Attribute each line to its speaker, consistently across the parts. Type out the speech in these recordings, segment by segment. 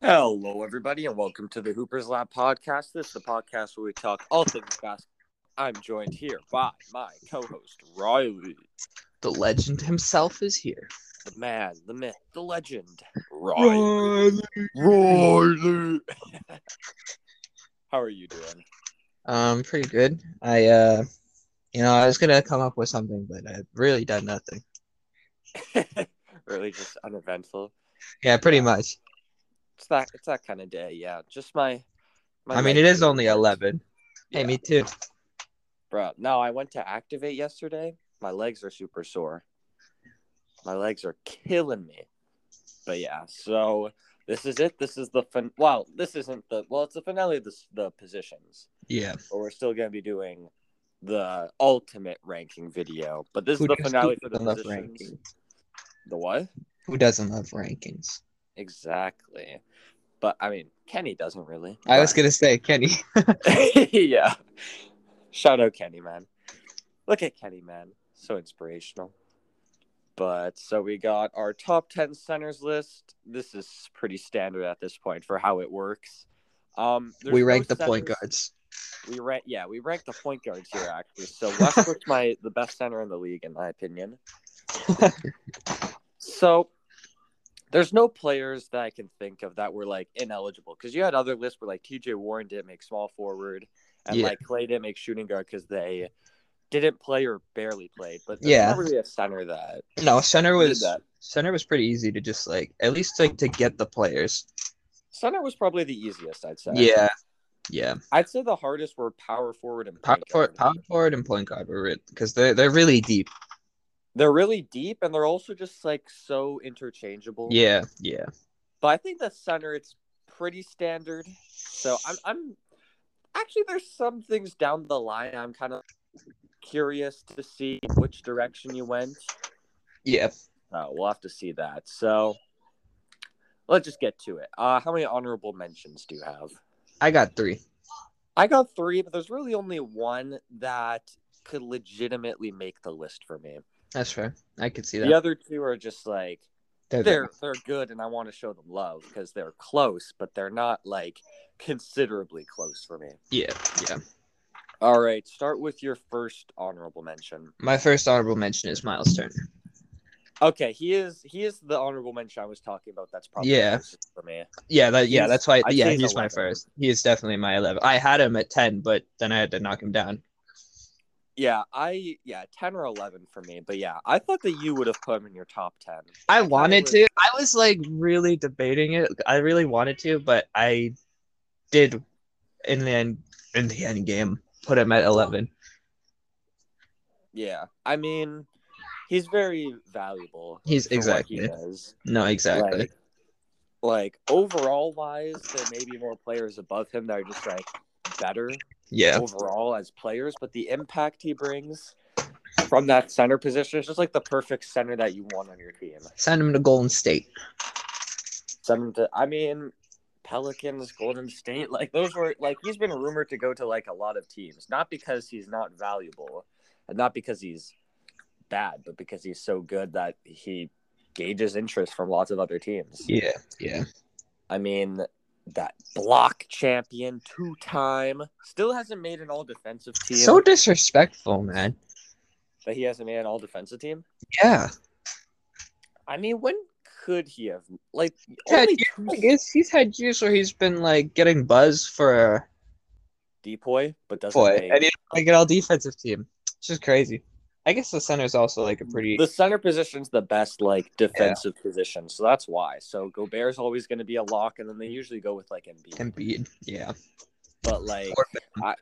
Speaker 1: Hello, everybody, and welcome to the Hoopers Lab podcast. This is the podcast where we talk all things basketball. I'm joined here by my co host, Riley.
Speaker 2: The legend himself is here.
Speaker 1: The man, the myth, the legend, Riley. Riley. How are you doing?
Speaker 2: Um, pretty good. I uh, you know, I was gonna come up with something, but I've really done nothing.
Speaker 1: really just uneventful.
Speaker 2: Yeah, pretty much.
Speaker 1: It's that it's that kind of day, yeah. Just my, my
Speaker 2: I mean, it
Speaker 1: legs
Speaker 2: is
Speaker 1: are-
Speaker 2: only eleven. Hey, me too.
Speaker 1: Bro, no, I went to activate yesterday. My legs are super sore. My legs are killing me. But yeah, so this is it. This is the fin. Well, this isn't the. Well, it's the finale of the s- the positions.
Speaker 2: Yeah.
Speaker 1: But we're still gonna be doing the ultimate ranking video. But this
Speaker 2: Who
Speaker 1: is the
Speaker 2: does-
Speaker 1: finale for
Speaker 2: who
Speaker 1: the
Speaker 2: doesn't love
Speaker 1: positions.
Speaker 2: rankings?
Speaker 1: The what?
Speaker 2: Who doesn't love rankings?
Speaker 1: Exactly. But I mean, Kenny doesn't really.
Speaker 2: I was
Speaker 1: but-
Speaker 2: gonna say Kenny.
Speaker 1: yeah. Shout out Kenny, man. Look at Kenny, man. So inspirational. But so we got our top 10 centers list. This is pretty standard at this point for how it works. Um, there's
Speaker 2: we
Speaker 1: no
Speaker 2: rank the point
Speaker 1: centers-
Speaker 2: guards.
Speaker 1: We rank, yeah, we rank the point guards here actually. So Westbrook's my the best center in the league in my opinion. So there's no players that I can think of that were like ineligible because you had other lists where like TJ Warren didn't make small forward and
Speaker 2: Yeah.
Speaker 1: like Clay didn't make shooting guard because they didn't play or barely played. But there's
Speaker 2: Yeah.
Speaker 1: not really a center that
Speaker 2: No, center
Speaker 1: did
Speaker 2: was
Speaker 1: that.
Speaker 2: center was pretty easy to just like at least like to get the players.
Speaker 1: Center was probably the easiest, I'd say.
Speaker 2: Yeah. Yeah.
Speaker 1: I'd say the hardest were power forward and
Speaker 2: Power
Speaker 1: point
Speaker 2: forward,
Speaker 1: guard.
Speaker 2: power forward and point guard were because they're they're really deep.
Speaker 1: They're really deep and they're also just like so interchangeable.
Speaker 2: Yeah, yeah.
Speaker 1: But I think the center it's pretty standard. So I'm I'm actually there's some things down the line I'm kind of curious to see which direction you went.
Speaker 2: Yeah.
Speaker 1: Uh, we'll have to see that. So let's just get to it. Uh, how many honorable mentions do you have?
Speaker 2: I got three.
Speaker 1: I got three, but there's really only one that could legitimately make the list for me.
Speaker 2: That's fair. I could see that.
Speaker 1: The other two are just like
Speaker 2: They're there.
Speaker 1: they're they're good and I want to show them love because they're close, but they're not like considerably close for me.
Speaker 2: Yeah, yeah.
Speaker 1: All right, start with your first honorable mention.
Speaker 2: My first honorable mention is Miles Turner.
Speaker 1: Okay, he is he is the honorable mention I was talking about. That's probably
Speaker 2: Yeah.
Speaker 1: closest for me.
Speaker 2: Yeah, that yeah,
Speaker 1: He's-
Speaker 2: that's why.
Speaker 1: I'd
Speaker 2: yeah,
Speaker 1: say he's
Speaker 2: he's my
Speaker 1: 11.
Speaker 2: first. He is definitely my eleven. I had him at ten, but then I had to knock him down.
Speaker 1: Yeah, I yeah ten or eleven for me, but yeah, I thought that you would have put him in your top ten.
Speaker 2: I
Speaker 1: kinda
Speaker 2: wanted
Speaker 1: was-
Speaker 2: to. I was like really debating it. I really wanted to, but I did in the end. In the end game, put him at eleven.
Speaker 1: Yeah, I mean, he's very valuable.
Speaker 2: He's
Speaker 1: for what he
Speaker 2: exactly
Speaker 1: does.
Speaker 2: no, exactly.
Speaker 1: Like, like overall wise, there may be more players above him that are just like better
Speaker 2: yeah,
Speaker 1: overall as players, but the impact he brings from that center position is just like the perfect center that you want on your team.
Speaker 2: send him to Golden State.
Speaker 1: Some, to, I mean, Pelicans, Golden State, like those were like he's been rumored to go to like a lot of teams, not because he's not valuable, and not because he's bad, but because he's so good that he gauges interest from lots of other teams.
Speaker 2: Yeah, yeah.
Speaker 1: I mean, that block champion two time still hasn't made an all defensive team.
Speaker 2: So disrespectful, man.
Speaker 1: that he hasn't made an all defensive team.
Speaker 2: Yeah,
Speaker 1: I mean, when could he have like
Speaker 2: Yeah,
Speaker 1: only
Speaker 2: yeah,
Speaker 1: two
Speaker 2: I guess he's had years where he's been like getting buzz for
Speaker 1: depoy, but doesn't
Speaker 2: boy,
Speaker 1: make-
Speaker 2: and he like an all defensive team. It's just crazy. I guess the center's also like a pretty
Speaker 1: Mm, the center position's the best like defensive position, so that's why. So Gobert's always going to be a lock, and then they usually go with like Embiid.
Speaker 2: Embiid. Yeah.
Speaker 1: But like,
Speaker 2: Or-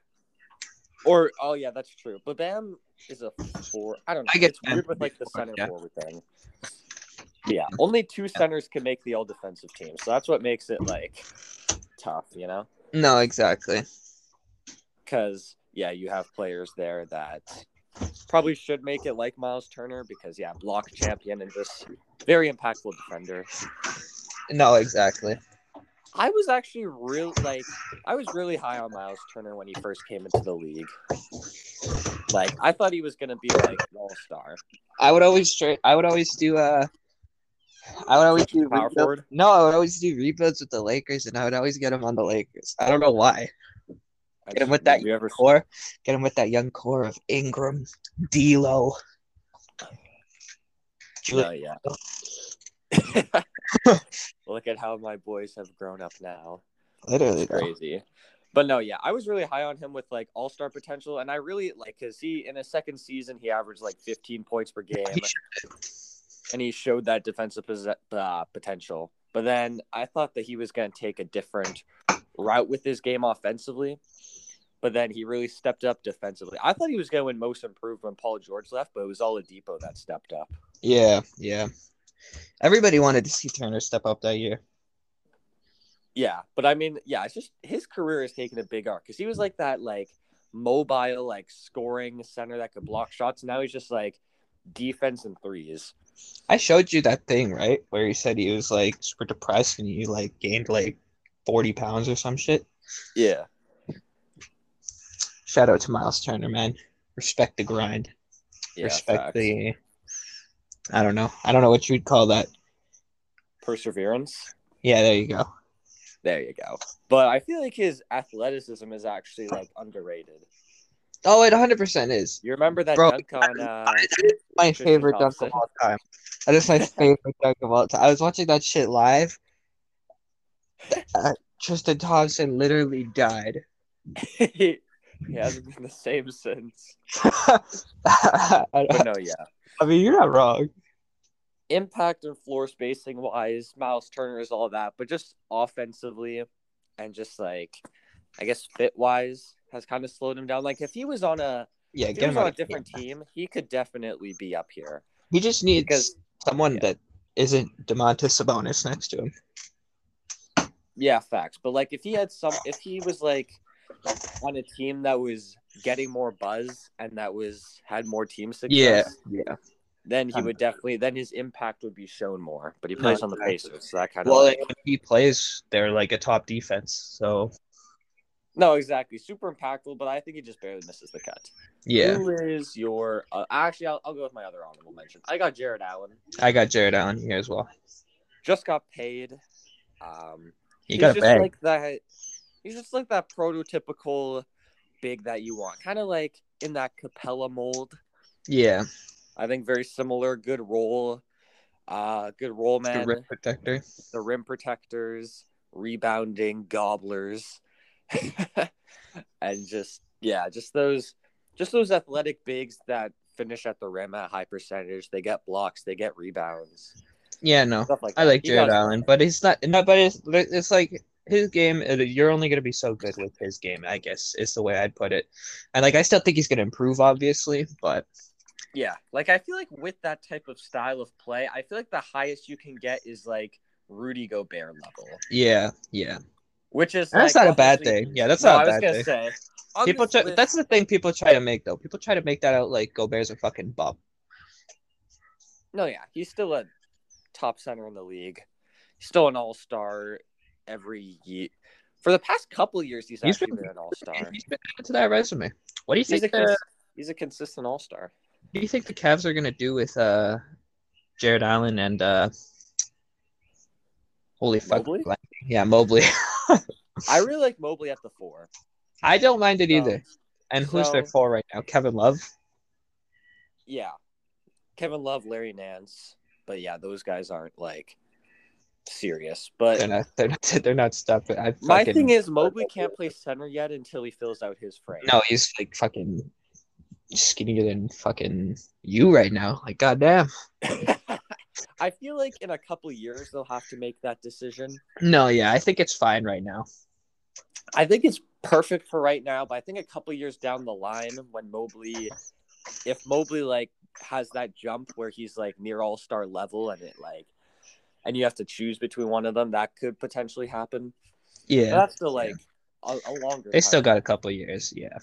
Speaker 1: or oh yeah, that's true. But Bam is a four. I don't know.
Speaker 2: I get
Speaker 1: it's weird
Speaker 2: Bam
Speaker 1: with like the
Speaker 2: before,
Speaker 1: center
Speaker 2: yeah.
Speaker 1: forward thing. Yeah, only two centers can make the all defensive team, so that's what makes it like tough, you know.
Speaker 2: No, exactly.
Speaker 1: because yeah, you have players there that probably should make it like Miles Turner because yeah, block champion and just very impactful defender.
Speaker 2: No, exactly.
Speaker 1: I was actually real like I was really high on Miles Turner when he first came into the league. Like I thought he was gonna be like an all star.
Speaker 2: I would always tra- I would always do uh I would always do
Speaker 1: Power
Speaker 2: rebuild-
Speaker 1: forward?
Speaker 2: No, I would always do rebuilds with the Lakers, and I would always get him on the Lakers. I don't know why. Get him with that
Speaker 1: You ever
Speaker 2: core. Get him with that young core of Ingram, D'Lo.
Speaker 1: Oh, yeah. Look at how my boys have grown up now.
Speaker 2: Literally,
Speaker 1: It's
Speaker 2: though.
Speaker 1: crazy. But no, yeah, I was really high on him with like all star potential, and I really like because he in his second season he averaged like 15 points per game,
Speaker 2: He
Speaker 1: and he showed that defensive pos- uh, potential. But then I thought that he was going to take a different route with his game offensively, but then he really stepped up defensively. I thought he was going to win Most Improved when Paul George left, but it was Oladipo that stepped up.
Speaker 2: Yeah, yeah. Everybody wanted to see Turner step up that year.
Speaker 1: Yeah, but I mean, yeah, it's just his career has taken a big arc because he was like that, like mobile, like scoring center that could block shots. Now he's just like defense and threes.
Speaker 2: I showed you that thing, right? Where he said he was like super depressed and he like gained like 40 pounds or some shit.
Speaker 1: Yeah,
Speaker 2: Shout out to Miles Turner, man. Respect the grind.
Speaker 1: yeah.
Speaker 2: Respect
Speaker 1: facts.
Speaker 2: the. I don't know. I don't know what you'd call that.
Speaker 1: perseverance.
Speaker 2: Yeah, there you go.
Speaker 1: There you go. But I feel like his athleticism is actually like underrated.
Speaker 2: Oh, it 100% is.
Speaker 1: You remember that
Speaker 2: Bro,
Speaker 1: dunk on? Uh,
Speaker 2: my
Speaker 1: Tristan
Speaker 2: favorite dunk
Speaker 1: Thompson.
Speaker 2: of all time. That is my favorite dunk of all time. I was watching that shit live. Uh, Tristan Thompson literally died.
Speaker 1: he hasn't been the same since.
Speaker 2: I
Speaker 1: But no, yeah.
Speaker 2: mean, you're not wrong.
Speaker 1: impact and floor spacing wise, Miles Turner is all that, but just offensively and just like I guess fit wise has kind of slowed him down. Like if he was on a
Speaker 2: Yeah,
Speaker 1: if he
Speaker 2: get
Speaker 1: was
Speaker 2: him
Speaker 1: on
Speaker 2: out
Speaker 1: a
Speaker 2: of here.
Speaker 1: different team, he could definitely be up here.
Speaker 2: He just needs
Speaker 1: Because-
Speaker 2: someone
Speaker 1: yeah.
Speaker 2: that isn't Demontis Sabonis next to him.
Speaker 1: Yeah, facts. But like if he had some if he was like on a team that was getting more buzz and that was had more team success,
Speaker 2: yeah.
Speaker 1: then he
Speaker 2: Um,
Speaker 1: would definitely then his impact would be shown more. But he plays on the
Speaker 2: exactly.
Speaker 1: Pacers, so that kind of
Speaker 2: Well,
Speaker 1: like-
Speaker 2: like, when he plays, they're like a top defense. So
Speaker 1: no, exactly. Super impactful, but I think he just barely misses the cut.
Speaker 2: yeah,
Speaker 1: Who is your? Uh, actually, I'll, I'll go with my other honorable mention. I got Jared Allen.
Speaker 2: I got Jared Allen here as well.
Speaker 1: Just got paid. Um,
Speaker 2: You
Speaker 1: he's
Speaker 2: got a
Speaker 1: just
Speaker 2: bag.
Speaker 1: like that. He's just like that prototypical big that you want, kind of like in that Capella mold.
Speaker 2: yeah,
Speaker 1: I think very similar. Good role. Uh, good role
Speaker 2: the
Speaker 1: man.
Speaker 2: rim protector.
Speaker 1: the rim protectors, rebounding gobblers, and just yeah, just those just those athletic bigs that finish at the rim at high percentage. They get blocks, they get rebounds,
Speaker 2: Yeah, no,
Speaker 1: stuff like that.
Speaker 2: I like
Speaker 1: He
Speaker 2: Jared
Speaker 1: does-
Speaker 2: Allen, but it's not. No, but it's it's like his game. it- You're only gonna be so good with his game, I guess, is the way I'd put it. And like, I still think he's gonna improve, obviously, but
Speaker 1: Yeah, like I feel like with that type of style of play, I feel like the highest you can get is like Rudy Gobert level,
Speaker 2: yeah, yeah,
Speaker 1: which is
Speaker 2: And that's
Speaker 1: like,
Speaker 2: not a bad
Speaker 1: obviously-
Speaker 2: thing. Yeah, that's
Speaker 1: No,
Speaker 2: not
Speaker 1: I
Speaker 2: a
Speaker 1: was
Speaker 2: bad
Speaker 1: gonna say
Speaker 2: thing.
Speaker 1: on
Speaker 2: People,
Speaker 1: this
Speaker 2: try,
Speaker 1: list-
Speaker 2: that's the thing people try to make though. People try to make that out like Gobert's a fucking bum.
Speaker 1: No, yeah, he's still a top center in the league. He's still an all star every year. For the past couple of years, he's,
Speaker 2: He's
Speaker 1: actually
Speaker 2: been-
Speaker 1: been an all star.
Speaker 2: He's been added to that resume. What do you
Speaker 1: He's,
Speaker 2: think?
Speaker 1: a
Speaker 2: the,
Speaker 1: cons- he's a consistent all star.
Speaker 2: what do you think the Cavs are gonna do with uh, Jared Allen and uh, holy fuck,
Speaker 1: Mobley?
Speaker 2: yeah, Mobley.
Speaker 1: I really like Mobley at the four. Um,
Speaker 2: I don't mind it
Speaker 1: So,
Speaker 2: either. And who's there
Speaker 1: So-
Speaker 2: for right now? Kevin Love.
Speaker 1: Yeah, Kevin Love, Larry Nance, but yeah, those guys aren't like serious.
Speaker 2: They're
Speaker 1: But
Speaker 2: not. They're not. They're not stopping. I fucking,
Speaker 1: my thing is, Mobley can't play center yet until he fills out his frame.
Speaker 2: no, he's like fucking skinnier than fucking you right now. Like goddamn.
Speaker 1: I feel like in a couple of years they'll have to make that decision.
Speaker 2: No, yeah, I think it's fine right now.
Speaker 1: I think it's perfect for right now, but I think a couple years down the line when Mobley if Mobley like has that jump where he's like near all star level and it like and you have to choose between one of them, that could potentially happen. But
Speaker 2: Yeah,
Speaker 1: that's still like a, a longer
Speaker 2: they still
Speaker 1: time.
Speaker 2: got a couple years. Yeah,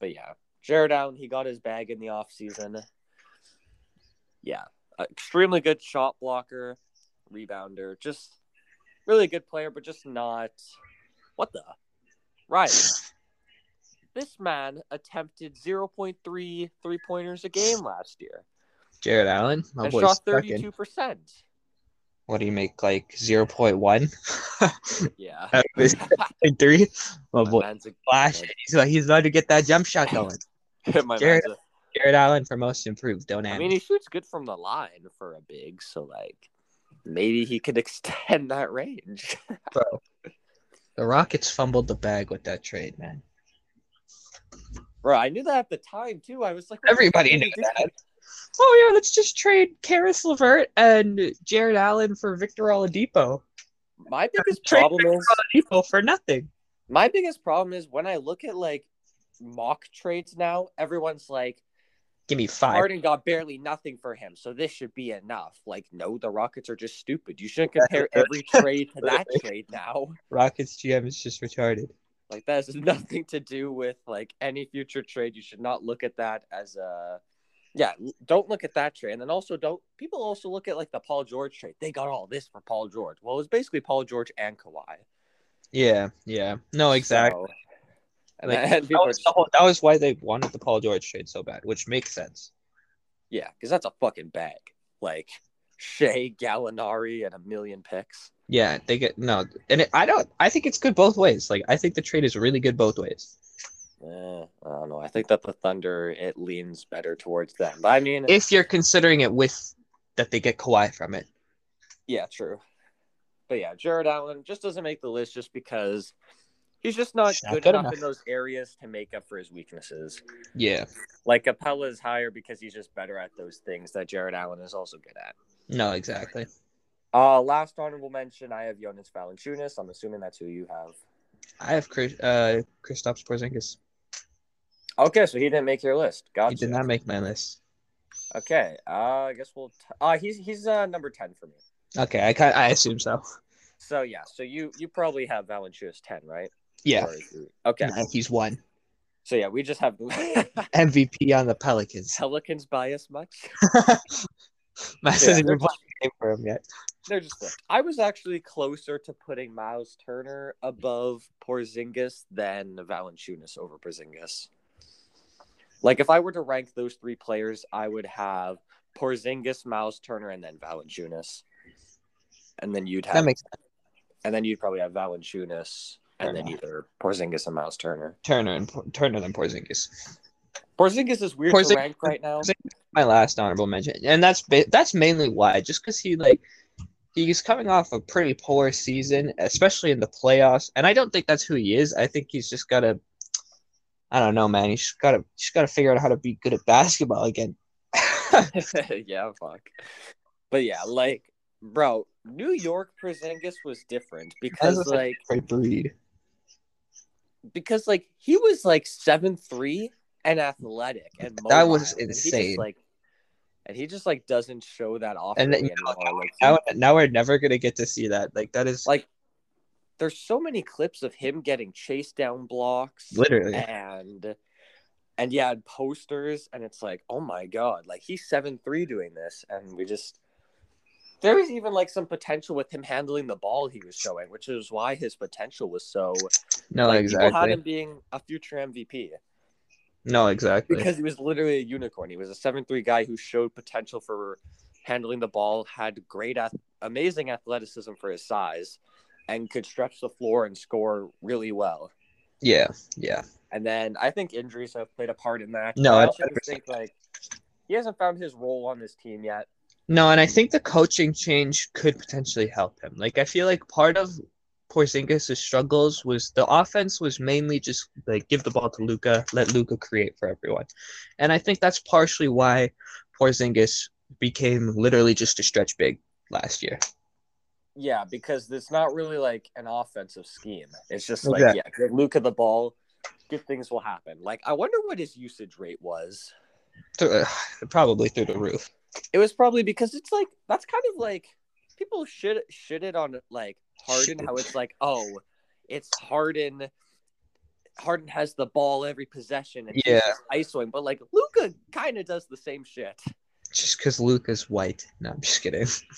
Speaker 1: but yeah. Jared Allen, he got his bag in the offseason. Yeah. Extremely good shot blocker, rebounder, just really good player, but just not what the right. This man attempted 0.3 three pointers a game last year
Speaker 2: Jared Allen, my
Speaker 1: and
Speaker 2: boy's
Speaker 1: shot
Speaker 2: fucking
Speaker 1: 32%.
Speaker 2: what do you make like 0.1
Speaker 1: Yeah.
Speaker 2: out of his 0.3 oh
Speaker 1: My
Speaker 2: boy
Speaker 1: man's a-
Speaker 2: flash he's, like- he's about to get that jump shot going
Speaker 1: my
Speaker 2: Jared-
Speaker 1: man's a-
Speaker 2: Jared Allen for most improved don't
Speaker 1: I
Speaker 2: add
Speaker 1: mean, he shoots good from the line for a big, so like maybe he could extend that range.
Speaker 2: the Rockets fumbled the bag with that trade man
Speaker 1: Bro, I knew that at the time too. I was like, what the
Speaker 2: everybody
Speaker 1: fuck are
Speaker 2: knew
Speaker 1: you doing?
Speaker 2: that oh yeah let's just trade Karis Levert and Jared Allen for Victor Oladipo
Speaker 1: My biggest
Speaker 2: Trade
Speaker 1: problem
Speaker 2: Victor
Speaker 1: is
Speaker 2: Oladipo for nothing
Speaker 1: my biggest problem is when I look at like mock trades now, everyone's like
Speaker 2: give me five
Speaker 1: Harden got barely nothing for him, so this should be enough. Like, no, the Rockets are just stupid. You shouldn't compare every trade to that trade now.
Speaker 2: Rockets GM is just retarded
Speaker 1: Like that has nothing to do with like any future trade. You should not look at that as a yeah, l- don't look at that trade. And then also don't people also look at like the Paul George trade. They got all this for Paul George. Well, it was basically Paul George and Kawhi.
Speaker 2: yeah yeah no Oh, exactly
Speaker 1: So- and
Speaker 2: Like,
Speaker 1: then
Speaker 2: that
Speaker 1: people are
Speaker 2: was,
Speaker 1: just,
Speaker 2: the whole, that was why they wanted the Paul George trade so bad, which makes sense.
Speaker 1: yeah, because that's a fucking bag. Like Shea Gallinari and a million picks.
Speaker 2: Yeah, they get no, and it, I don't. I think it's good both ways. Like I think the trade is really good both ways.
Speaker 1: Eh, I don't know. I think that the Thunder it leans better towards them. But I mean,
Speaker 2: If you're considering it with that they get Kawhi from it,
Speaker 1: yeah, true. But yeah, Jared Allen just doesn't make the list just because he's just not,
Speaker 2: He's not
Speaker 1: good,
Speaker 2: good
Speaker 1: enough,
Speaker 2: enough.
Speaker 1: in those areas to make up for his weaknesses.
Speaker 2: yeah,
Speaker 1: Like Capella is higher because he's just better at those things that Jared Allen is also good at.
Speaker 2: no, exactly.
Speaker 1: Uh, last honorable mention, I have Jonas Valanciunas. I'm assuming that's who you have.
Speaker 2: I have Chris, uh, Kristaps Porzingis.
Speaker 1: Okay, so he didn't make your list.
Speaker 2: He
Speaker 1: Gotcha.
Speaker 2: did not make my list.
Speaker 1: Okay, uh, I guess we'll. T- uh, he's he's uh, number ten for me.
Speaker 2: Okay, I ki- I assume so.
Speaker 1: So yeah, so you you probably have Valanciunas ten, right?
Speaker 2: Yeah,
Speaker 1: Or- Okay.
Speaker 2: No, he's one
Speaker 1: So yeah, we just have
Speaker 2: MVP on the Pelicans.
Speaker 1: Pelicans bias much.
Speaker 2: Max
Speaker 1: Yeah,
Speaker 2: hasn't
Speaker 1: they're
Speaker 2: even played a game for him yet.
Speaker 1: They're just. Flipped. I was actually closer to putting Miles Turner above Porzingis than Valanciunas over Porzingis. Like if I were to rank those three players, I would have Porzingis, Miles Turner, and then Valanciunas. And then you'd have
Speaker 2: That makes
Speaker 1: and then you'd probably have Valanciunas, and then
Speaker 2: Turner.
Speaker 1: either Porzingis and Miles Turner.
Speaker 2: Turner and Por- Turner than Porzingis.
Speaker 1: Porzingis is weird
Speaker 2: Porzing-
Speaker 1: to rank right now.
Speaker 2: Porzing- my last honorable mention, and that's ba- that's mainly why, just because he like he's coming off a pretty poor season, especially in the playoffs, and I don't think that's who he is. I think he's just gotta, I don't know, man. He's just gotta just gotta figure out how to be good at basketball again.
Speaker 1: yeah, fuck. But yeah, like, bro, New York Porzingis was different because
Speaker 2: was a-
Speaker 1: like
Speaker 2: Great breed.
Speaker 1: because like he was like seven three and athletic and
Speaker 2: That was
Speaker 1: mobile, and he just,
Speaker 2: insane.
Speaker 1: like, and he just like doesn't show that off.
Speaker 2: And then-
Speaker 1: really
Speaker 2: no,
Speaker 1: anymore. Like, he-
Speaker 2: Now, now we're never gonna get to see that. Like that is
Speaker 1: Like- there's so many clips of him getting chased down blocks.
Speaker 2: literally
Speaker 1: and and yeah, and posters, and it's like, oh my god, like he's seven three doing this, and we just there was even like some potential with him handling the ball he was showing, which is why his potential was so
Speaker 2: no
Speaker 1: like people had
Speaker 2: exactly
Speaker 1: him being a future MVP
Speaker 2: no exactly
Speaker 1: because he was literally a unicorn. He was a seven three guy who showed potential for handling the ball, had great ath- amazing athleticism for his size, and could stretch the floor and score really well.
Speaker 2: yeah yeah
Speaker 1: And then I think injuries have played a part in that.
Speaker 2: No,
Speaker 1: I
Speaker 2: that's
Speaker 1: also just think like he hasn't found his role on this team yet.
Speaker 2: No, and I think the coaching change could potentially help him. Like I feel like part of Porzingis' struggles was the offense was mainly just like give the ball to Luca, let Luca create for everyone. And I think that's partially why Porzingis became literally just a stretch big last year.
Speaker 1: Yeah, because it's not really like an offensive scheme. It's just like
Speaker 2: Exactly.
Speaker 1: yeah, give Luca the ball, good things will happen. Like I wonder what his usage rate was.
Speaker 2: Th- uh, probably through the roof.
Speaker 1: It was probably because it's like that's kind of like people shit shit it on like Harden
Speaker 2: Shit.
Speaker 1: how it's like oh it's Harden. Harden has the ball every possession and
Speaker 2: Yeah.
Speaker 1: he's just isoing, but like Luca kind of does the same shit.
Speaker 2: Just because Luca's white. No, I'm just kidding.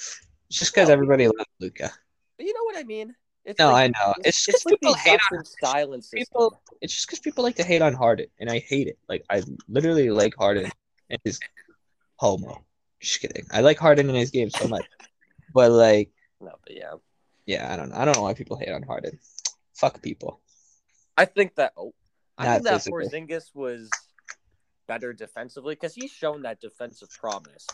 Speaker 2: Just because
Speaker 1: No.
Speaker 2: everybody loved Luca.
Speaker 1: But you know what I mean? It's
Speaker 2: No,
Speaker 1: like-
Speaker 2: I know. It's just 'cause
Speaker 1: like
Speaker 2: people
Speaker 1: the
Speaker 2: hate
Speaker 1: exact same style and system.
Speaker 2: people it's just because people like to hate on Harden, and I hate it. Like I literally like Harden and his homo. Just kidding. I like Harden in his game so much, but like
Speaker 1: No, but yeah,
Speaker 2: Yeah, I don't know. I don't know why people hate on Harden. Fuck people.
Speaker 1: I think that. Oh, I think
Speaker 2: Not
Speaker 1: that
Speaker 2: physical.
Speaker 1: Porzingis was better defensively because he's shown that defensive promise.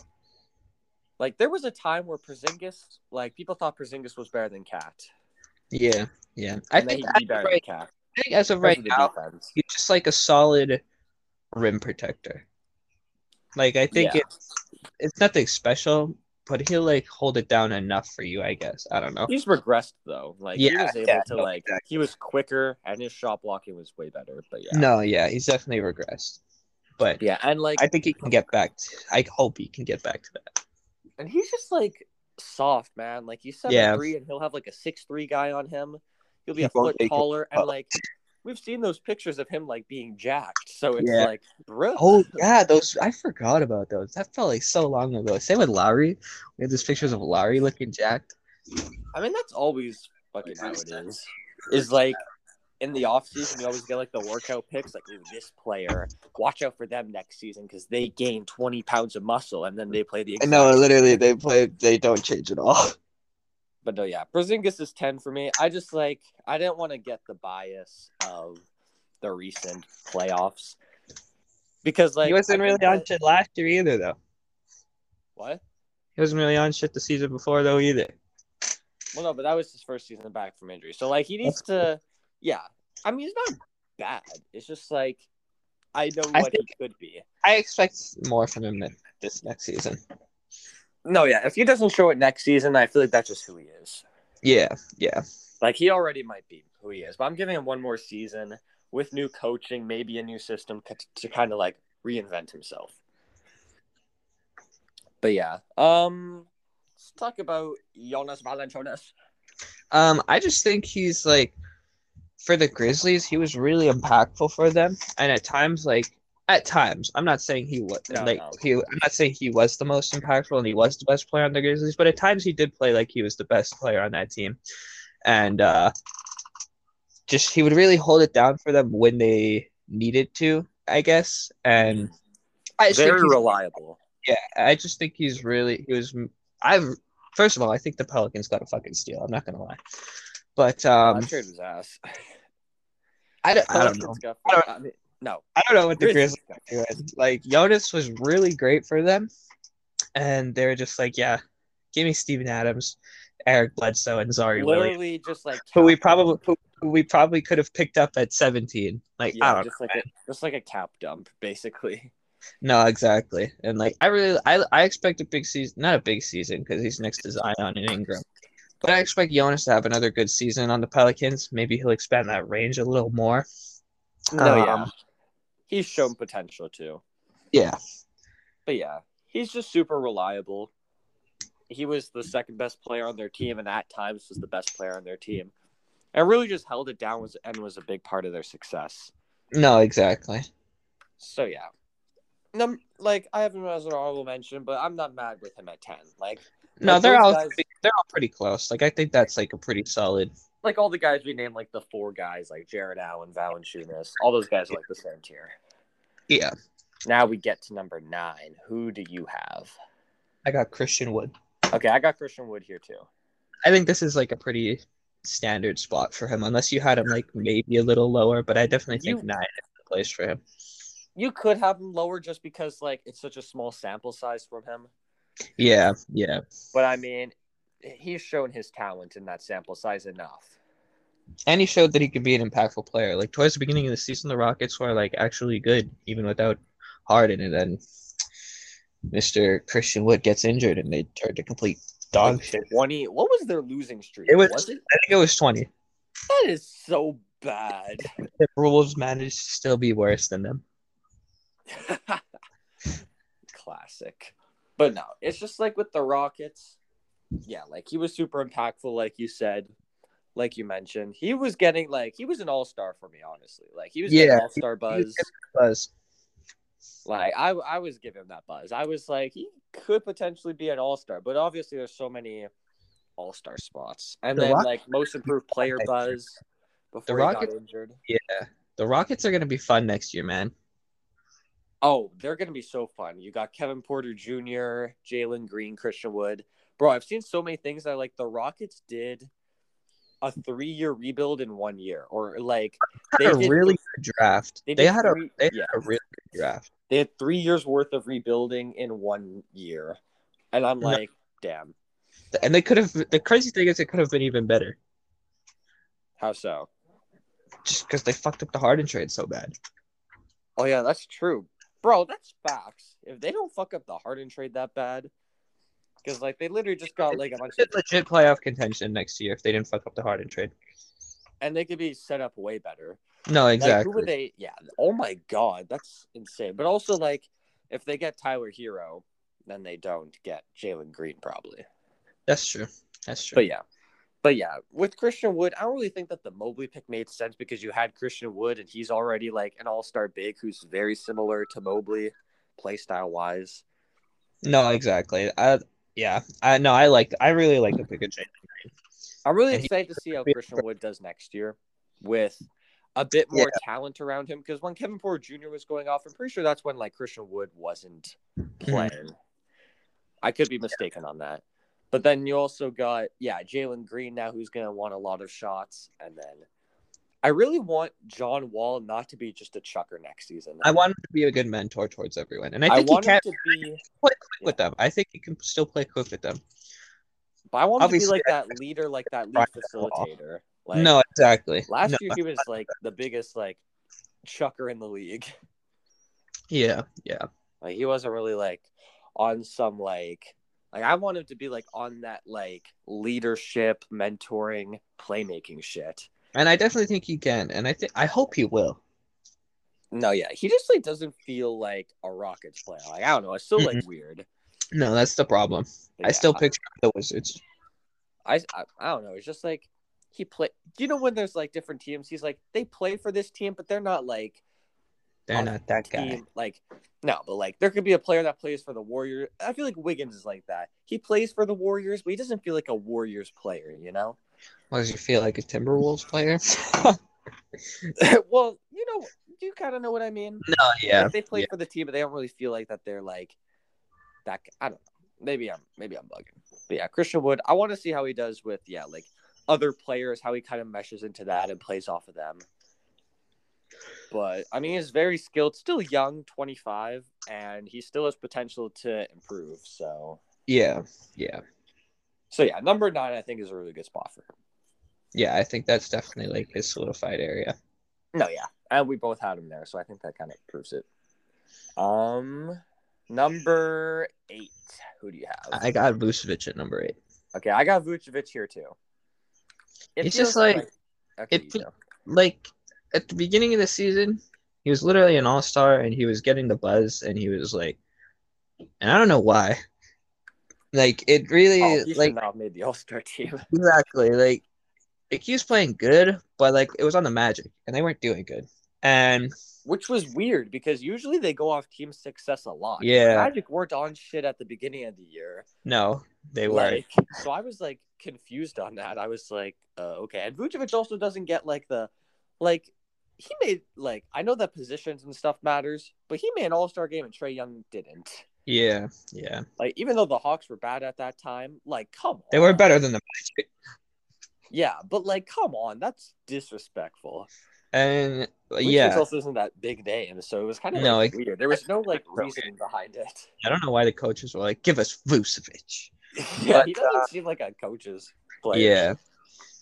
Speaker 1: Like there was a time where Porzingis, like people thought Porzingis was better than Cat.
Speaker 2: Yeah, yeah. I think,
Speaker 1: he'd be
Speaker 2: as
Speaker 1: better
Speaker 2: of right,
Speaker 1: than Cat.
Speaker 2: I think as of right now, he's just like a solid rim protector. Like I think
Speaker 1: Yeah.
Speaker 2: it's it's nothing special, but he'll like hold it down enough for you, I guess. I don't know.
Speaker 1: He's regressed though. Like he
Speaker 2: Yeah,
Speaker 1: was able
Speaker 2: yeah,
Speaker 1: to
Speaker 2: no,
Speaker 1: like
Speaker 2: exactly.
Speaker 1: he was quicker and his shot blocking was way better. But yeah.
Speaker 2: No, yeah, he's definitely regressed. But
Speaker 1: Yeah, and like
Speaker 2: I think he can get back. To, I hope he can get back to that.
Speaker 1: and he's just like soft, man. Like he's seven
Speaker 2: Yeah.
Speaker 1: three and he'll have like a six three guy on him. He'll be
Speaker 2: He
Speaker 1: a
Speaker 2: won't
Speaker 1: foot
Speaker 2: make it Oh.
Speaker 1: taller
Speaker 2: up.
Speaker 1: and like we've seen those pictures of him like being jacked. So it's
Speaker 2: Yeah.
Speaker 1: like bro
Speaker 2: Oh yeah, those I forgot about those. That felt like so long ago. Same with Lowry. We had these pictures of Lowry looking jacked.
Speaker 1: I mean that's always fucking how it is. Is like in the off season, you always get like the workout picks, like "Ooh, this player. Watch out for them next season because they gain twenty pounds of muscle, and then they play the.
Speaker 2: No, literally, they play. They don't change at all.
Speaker 1: But no, yeah, Porzingis is ten for me. I just like I didn't want to get the bias of the recent playoffs because like
Speaker 2: he wasn't
Speaker 1: I
Speaker 2: really
Speaker 1: think
Speaker 2: on
Speaker 1: that-
Speaker 2: shit last year either, though.
Speaker 1: what?
Speaker 2: He wasn't really on shit the season before though either.
Speaker 1: Well, no, but that was his first season back from injury, so like he needs
Speaker 2: That's
Speaker 1: to. Yeah, I mean he's not bad. It's just like I know
Speaker 2: I
Speaker 1: what
Speaker 2: think-
Speaker 1: he could be.
Speaker 2: I expect more from him th- this next season.
Speaker 1: No, yeah, if he doesn't show it next season, I feel like that's just who he is.
Speaker 2: Yeah, yeah,
Speaker 1: Like he already might be who he is, but I'm giving him one more season with new coaching, maybe a new system c- to kind of like reinvent himself. But yeah, um, let's talk about Jonas Valanciunas.
Speaker 2: Um, I just think he's like for the Grizzlies, he was really impactful for them, and at times, like at times, I'm not saying he was
Speaker 1: No,
Speaker 2: like
Speaker 1: no.
Speaker 2: he. I'm not saying he was the most impactful and he was the best player on the Grizzlies, but at times he did play like he was the best player on that team, and uh, just he would really hold it down for them when they needed to, I guess, and. I just think
Speaker 1: Very
Speaker 2: he's-
Speaker 1: reliable.
Speaker 2: yeah, I just think he's really he was. I first of all, I think the Pelicans got a fucking steal. I'm not gonna lie, but
Speaker 1: Um,
Speaker 2: um,
Speaker 1: I traded his ass.
Speaker 2: I don't, I don't know.
Speaker 1: Pelicans got-
Speaker 2: I don't-
Speaker 1: I mean, no,
Speaker 2: I don't know what the
Speaker 1: Grizzlies
Speaker 2: Grizzlies are doing. Like Jonas was really great for them, and they were just like, yeah, give me Steven Adams, Eric Bledsoe, and Zari Williams,
Speaker 1: literally just like
Speaker 2: who we
Speaker 1: capped-
Speaker 2: probably who, who we probably could have picked up at 17. Like I
Speaker 1: yeah,
Speaker 2: don't
Speaker 1: just like a, just like a cap dump basically.
Speaker 2: No, exactly. And like I really I I expect a big season, not a big season because he's next to Zion and Ingram. But I expect Jonas to have another good season on the Pelicans. Maybe he'll expand that range a little more.
Speaker 1: No, yeah,
Speaker 2: Um,
Speaker 1: he's shown potential too.
Speaker 2: Yeah.
Speaker 1: But yeah, he's just super reliable. He was the second best player on their team, and at times was the best player on their team, and really just held it down was and was a big part of their success.
Speaker 2: No, exactly.
Speaker 1: So yeah, Num- like I have him as an honorable mention, but I'm not mad with him at ten. Like
Speaker 2: No,
Speaker 1: Like,
Speaker 2: they're
Speaker 1: those
Speaker 2: all
Speaker 1: guys-
Speaker 2: pretty, they're all pretty close. Like I think that's like a pretty solid.
Speaker 1: like all the guys we named, like the four guys, like Jared Allen, Valanciunas, all those guys are like the same tier.
Speaker 2: Yeah.
Speaker 1: Now we get to number nine. Who do you have?
Speaker 2: I got Christian Wood.
Speaker 1: Okay, I got Christian Wood here too.
Speaker 2: I think this is like a pretty standard spot for him, unless you had him like maybe a little lower. But I definitely think
Speaker 1: You-
Speaker 2: nine is the place for him.
Speaker 1: You could have him lower just because like it's such a small sample size from him.
Speaker 2: Yeah, yeah,
Speaker 1: But I mean, he's shown his talent in that sample size enough.
Speaker 2: and he showed that he could be an impactful player. Like towards the beginning of the season, the Rockets were like actually good, even without Harden, and then Mr. Christian Wood gets injured, and they turned to complete dog shit.
Speaker 1: Twenty. What was their losing streak?
Speaker 2: It was-
Speaker 1: it?
Speaker 2: I think it was twenty.
Speaker 1: That is so bad.
Speaker 2: The Wolves managed to still be worse than them.
Speaker 1: Classic. But no, it's just like with the Rockets. Yeah, like he was super impactful, like you said, like you mentioned. He was getting like he was an all star for me, honestly. Like he was
Speaker 2: Yeah,
Speaker 1: getting all star
Speaker 2: was
Speaker 1: buzz.
Speaker 2: Buzz.
Speaker 1: Like I, I was giving him that buzz. I was like, he could potentially be an all star, but obviously there's so many all star spots, and
Speaker 2: The
Speaker 1: then
Speaker 2: Rock-
Speaker 1: like most improved player buzz before he
Speaker 2: Rockets-
Speaker 1: got injured.
Speaker 2: The Rockets are gonna be fun next year, man.
Speaker 1: Oh, they're gonna be so fun. You got Kevin Porter Jr., Jalen Green, Christian Wood, Bro, I've seen so many things that like the Rockets did a three year rebuild in one year, or like
Speaker 2: They had a
Speaker 1: did-
Speaker 2: really good draft. They,
Speaker 1: they did
Speaker 2: had a
Speaker 1: three-
Speaker 2: they
Speaker 1: yeah.
Speaker 2: had a really good draft.
Speaker 1: they had three years worth of rebuilding in one year, and I'm
Speaker 2: No.
Speaker 1: like, damn,
Speaker 2: And they could have the crazy thing is it could have been even better.
Speaker 1: how so?
Speaker 2: Just because they fucked up the Harden trade so bad.
Speaker 1: Oh yeah, that's true, bro. That's facts. If they don't fuck up the Harden trade that bad, because like they literally just got like a bunch of,
Speaker 2: They're legit playoff contention next year if they didn't fuck up the Harden trade.
Speaker 1: and they could be set up way better.
Speaker 2: No,
Speaker 1: Like, who
Speaker 2: exactly.
Speaker 1: would they? Yeah. Oh my god, that's insane. But also, like, if they get Tyler Hero, then they don't get Jalen Green probably.
Speaker 2: That's true. That's true.
Speaker 1: But yeah, but yeah, with Christian Wood, I don't really think that the Mobley pick made sense because you had Christian Wood, and he's already like an All Star big who's very similar to Mobley play style wise.
Speaker 2: No, exactly. I yeah. I no, I like I really like the pick of Jalen Green.
Speaker 1: I'm really
Speaker 2: And he-
Speaker 1: excited to see how Christian Wood does next year with a bit more talent around him because when Kevin Porter Jr. was going off, I'm pretty sure that's when like Christian Wood wasn't
Speaker 2: Hmm.
Speaker 1: playing. I could be mistaken on that. But then you also got, yeah, Jalen Green now who's going to want a lot of shots. And then I really want John Wall not to be just a chucker next season.
Speaker 2: I want him to be a good mentor towards everyone. And I
Speaker 1: I
Speaker 2: think he
Speaker 1: want
Speaker 2: can
Speaker 1: him
Speaker 2: play
Speaker 1: to be,
Speaker 2: quick with them. I think he can still play quick with them.
Speaker 1: but I want him to be
Speaker 2: Obviously,
Speaker 1: like that leader, like that lead
Speaker 2: Wall.
Speaker 1: facilitator. Like,
Speaker 2: no, exactly.
Speaker 1: Last
Speaker 2: No,
Speaker 1: year he was like the biggest like chucker in the league.
Speaker 2: Yeah, yeah.
Speaker 1: Like he wasn't really like on some like like I want him to be like on that like leadership, mentoring, playmaking shit.
Speaker 2: And I definitely think he can. And I think I hope he will.
Speaker 1: No, yeah, he just like doesn't feel like a Rockets player. Like I don't know, it's still like weird.
Speaker 2: No, that's the problem.
Speaker 1: But
Speaker 2: Mm-hmm. I
Speaker 1: yeah,
Speaker 2: still picture the Wizards.
Speaker 1: I, I I don't know. It's just like he play. You know when there's like different teams, he's like they play for this team, but they're not like
Speaker 2: They're
Speaker 1: on
Speaker 2: not that guy.
Speaker 1: team. Like, no, but like there could be a player that plays for the Warriors. I feel like Wiggins is like that. He plays for the Warriors, but he doesn't feel like a Warriors player, you know?
Speaker 2: What does he feel like a Timberwolves player?
Speaker 1: well, you know, you kind of know what I mean.
Speaker 2: no, yeah.
Speaker 1: Like, they play
Speaker 2: yeah.
Speaker 1: for the team, but they don't really feel like that they're like that. g- I don't know. Maybe I'm maybe I'm bugging. But yeah, Christian Wood. I want to see how he does with yeah, like other players, how he kind of meshes into that and plays off of them. But I mean, he's very skilled, still young, 25, and he still has potential to improve. So,
Speaker 2: Yeah. Yeah.
Speaker 1: so yeah, number nine, I think, is a really good spot for him.
Speaker 2: Yeah, I think that's definitely like his solidified area.
Speaker 1: No, yeah, and we both had him there, so I think that kind of proves it. Um, number eight, who do you have?
Speaker 2: I got Vucevic at number eight.
Speaker 1: Okay, I got Vucevic here too.
Speaker 2: It's
Speaker 1: feels
Speaker 2: just like-
Speaker 1: okay,
Speaker 2: it
Speaker 1: you
Speaker 2: fe-
Speaker 1: go.
Speaker 2: Like at the beginning of the season, he was literally an all star and he was getting the buzz and he was like and I don't know why. Like it really
Speaker 1: oh, he
Speaker 2: like
Speaker 1: should not have made the All Star team.
Speaker 2: Exactly. Like, like he was playing good, but like it was on the Magic, and they weren't doing good. And
Speaker 1: Which was weird because usually they go off team success a lot.
Speaker 2: Yeah.
Speaker 1: Magic weren't on shit at the beginning of the year.
Speaker 2: no, they weren't.
Speaker 1: like, so I was like confused on that. I was like, uh, okay. And Vucevic also doesn't get like the, like, he made like I know that positions and stuff matters, but he made an All Star game and Trey Young didn't.
Speaker 2: Yeah, yeah,
Speaker 1: Like even though the Hawks were bad at that time, like come on,
Speaker 2: they were better than the Magic.
Speaker 1: Yeah, but like come on, that's disrespectful.
Speaker 2: And
Speaker 1: Vucevic
Speaker 2: Uh, yeah,
Speaker 1: also isn't that big name, so it was kind of
Speaker 2: No,
Speaker 1: like,
Speaker 2: it-
Speaker 1: weird. There was no like
Speaker 2: so
Speaker 1: reason behind it.
Speaker 2: I don't know why the coaches were like, "Give us Vucevic."
Speaker 1: yeah, he
Speaker 2: But, uh,
Speaker 1: doesn't seem like a coach's player.
Speaker 2: Yeah,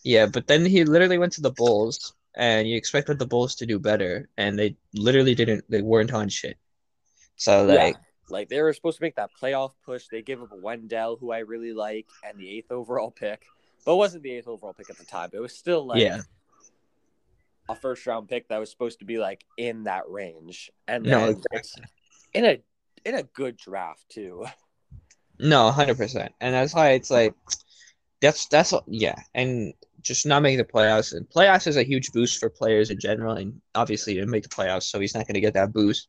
Speaker 2: yeah, but then he literally went to the Bulls, and you expected the Bulls to do better, and they literally didn't. They weren't on shit. So
Speaker 1: Yeah.
Speaker 2: like,
Speaker 1: Like they were supposed to make that playoff push. They give up Wendell, who I really like, and the eighth overall pick, but it wasn't the eighth overall pick at the time. It was still like
Speaker 2: yeah,
Speaker 1: a first round pick that was supposed to be like in that range, and
Speaker 2: No,
Speaker 1: then it's in a in a good draft too.
Speaker 2: no, hundred percent. And that's why it's like. That's that's yeah, and just not making the playoffs and playoffs is a huge boost for players in general, and obviously he didn't make the playoffs, so he's not going to get that boost.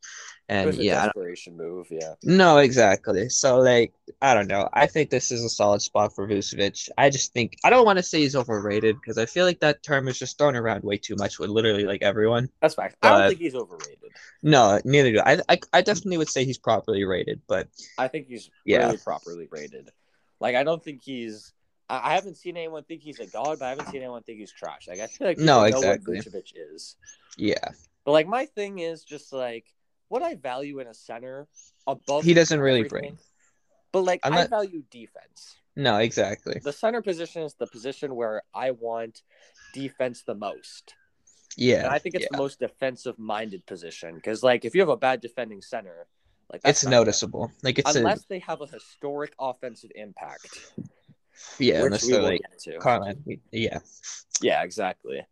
Speaker 1: It
Speaker 2: And
Speaker 1: was a
Speaker 2: yeah, I don't-
Speaker 1: desperation move. Yeah.
Speaker 2: no, exactly. So like, I don't know. I think this is a solid spot for Vucevic. I just think I don't want to say he's overrated because I feel like that term is just thrown around way too much with literally like everyone.
Speaker 1: That's fact. I don't
Speaker 2: But-
Speaker 1: think he's overrated.
Speaker 2: No, neither do I. I, I definitely would say he's properly rated, but
Speaker 1: I think he's
Speaker 2: Yeah.
Speaker 1: really properly rated. Like I don't think he's. I I haven't seen anyone think he's a god, but I haven't seen anyone think he's trash. Like I feel like
Speaker 2: No,
Speaker 1: people
Speaker 2: exactly.
Speaker 1: Know what Vucevic is.
Speaker 2: Yeah,
Speaker 1: But like my thing is just like what I value in a center above
Speaker 2: he doesn't really
Speaker 1: everything.
Speaker 2: bring.
Speaker 1: But like
Speaker 2: I'm
Speaker 1: I
Speaker 2: not-
Speaker 1: value defense.
Speaker 2: No, exactly.
Speaker 1: The center position is the position where I want defense the most.
Speaker 2: Yeah,
Speaker 1: and I think it's the most defensive minded position because like if you have a bad defending center, like that's
Speaker 2: it's
Speaker 1: not good.
Speaker 2: noticeable. Like it's
Speaker 1: Unless they have a historic offensive impact,
Speaker 2: a yeah,
Speaker 1: which
Speaker 2: unless
Speaker 1: we
Speaker 2: they're
Speaker 1: will
Speaker 2: like
Speaker 1: get to.
Speaker 2: Carlin. Yeah,
Speaker 1: Yeah, exactly.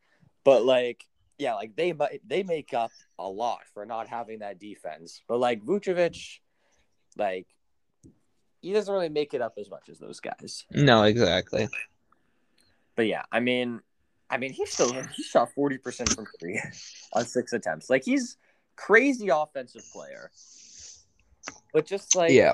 Speaker 1: But like, yeah, like they might they make up a lot for not having that defense. But like Vucevic, like he doesn't really make it up as much as those guys.
Speaker 2: no, exactly.
Speaker 1: But yeah, I mean, I mean, he still he shot forty percent from three on six attempts. Like he's crazy offensive player. But just like
Speaker 2: yeah,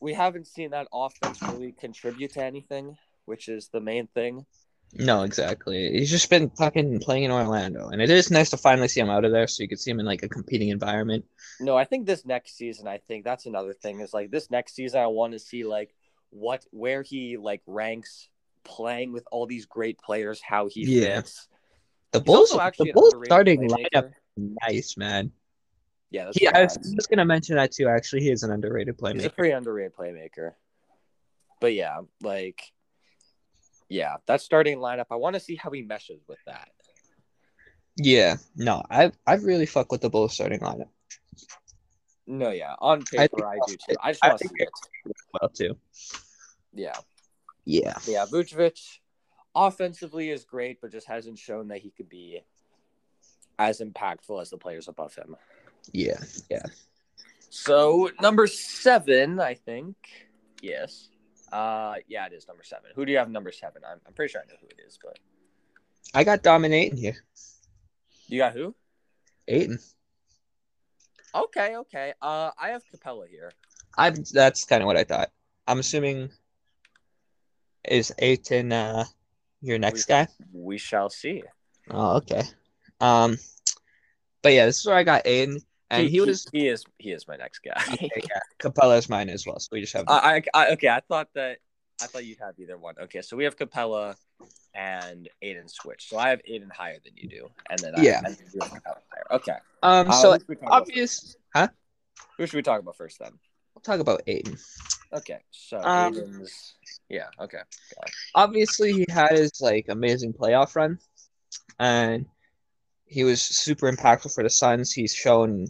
Speaker 1: we haven't seen that offense really contribute to anything, which is the main thing.
Speaker 2: no, exactly. He's just been fucking playing in Orlando, and it is nice to finally see him out of there, so you can see him in like a competing environment.
Speaker 1: No, I think this next season, I think that's another thing is like this next season, I want to see like what where he like ranks playing with all these great players, how he
Speaker 2: Yeah.
Speaker 1: fits.
Speaker 2: The
Speaker 1: He's
Speaker 2: Bulls,
Speaker 1: also
Speaker 2: the
Speaker 1: an
Speaker 2: Bulls
Speaker 1: underrated
Speaker 2: starting
Speaker 1: playmaker.
Speaker 2: lineup, nice man.
Speaker 1: Yeah, that's
Speaker 2: He, I was
Speaker 1: facts.
Speaker 2: just gonna mention that too. Actually, he is an
Speaker 1: He's
Speaker 2: underrated
Speaker 1: a
Speaker 2: playmaker.
Speaker 1: pretty underrated playmaker. But yeah, like, yeah, that starting lineup, I want to see how he meshes with that.
Speaker 2: Yeah, no, I I really fuck with the Bulls starting lineup
Speaker 1: No, yeah, on
Speaker 2: I
Speaker 1: paper, I,
Speaker 2: think-
Speaker 1: do too. I just
Speaker 2: I
Speaker 1: want to see
Speaker 2: think-
Speaker 1: it.
Speaker 2: well too.
Speaker 1: Yeah,
Speaker 2: Yeah,
Speaker 1: yeah, Vucevic offensively is great, but just hasn't shown that he could be as impactful as the players above him.
Speaker 2: yeah, yeah.
Speaker 1: So number seven, I think. Yes. Uh, yeah, it is number seven. Who do you have number seven? I'm, I'm pretty sure I know who it is, but
Speaker 2: I got dominating here.
Speaker 1: you got who?
Speaker 2: Aiden.
Speaker 1: Okay, okay. Uh, I have Capella here.
Speaker 2: I that's kind of what I thought. I'm assuming is Aiton uh your next guy?
Speaker 1: We shall see.
Speaker 2: Oh, okay. Um, but yeah, this is where I got Aiden, and he was
Speaker 1: he is he is my next guy.
Speaker 2: Capella's mine as well. So we just have
Speaker 1: I, I, I okay. I thought that I thought you'd have either one. Okay, so we have Capella and Aiden switch. So I have Aiden higher than you do, and then I,
Speaker 2: Yeah.
Speaker 1: I think you have Capella higher. Okay.
Speaker 2: um.
Speaker 1: Uh,
Speaker 2: So
Speaker 1: who should we talk about first?
Speaker 2: obvious, huh?
Speaker 1: Who should we talk about first then?
Speaker 2: We'll talk about Aiden.
Speaker 1: Okay, so
Speaker 2: Um,
Speaker 1: Aiden's yeah. Okay.
Speaker 2: obviously he had his like amazing playoff run and he was super impactful for the Suns. He's shown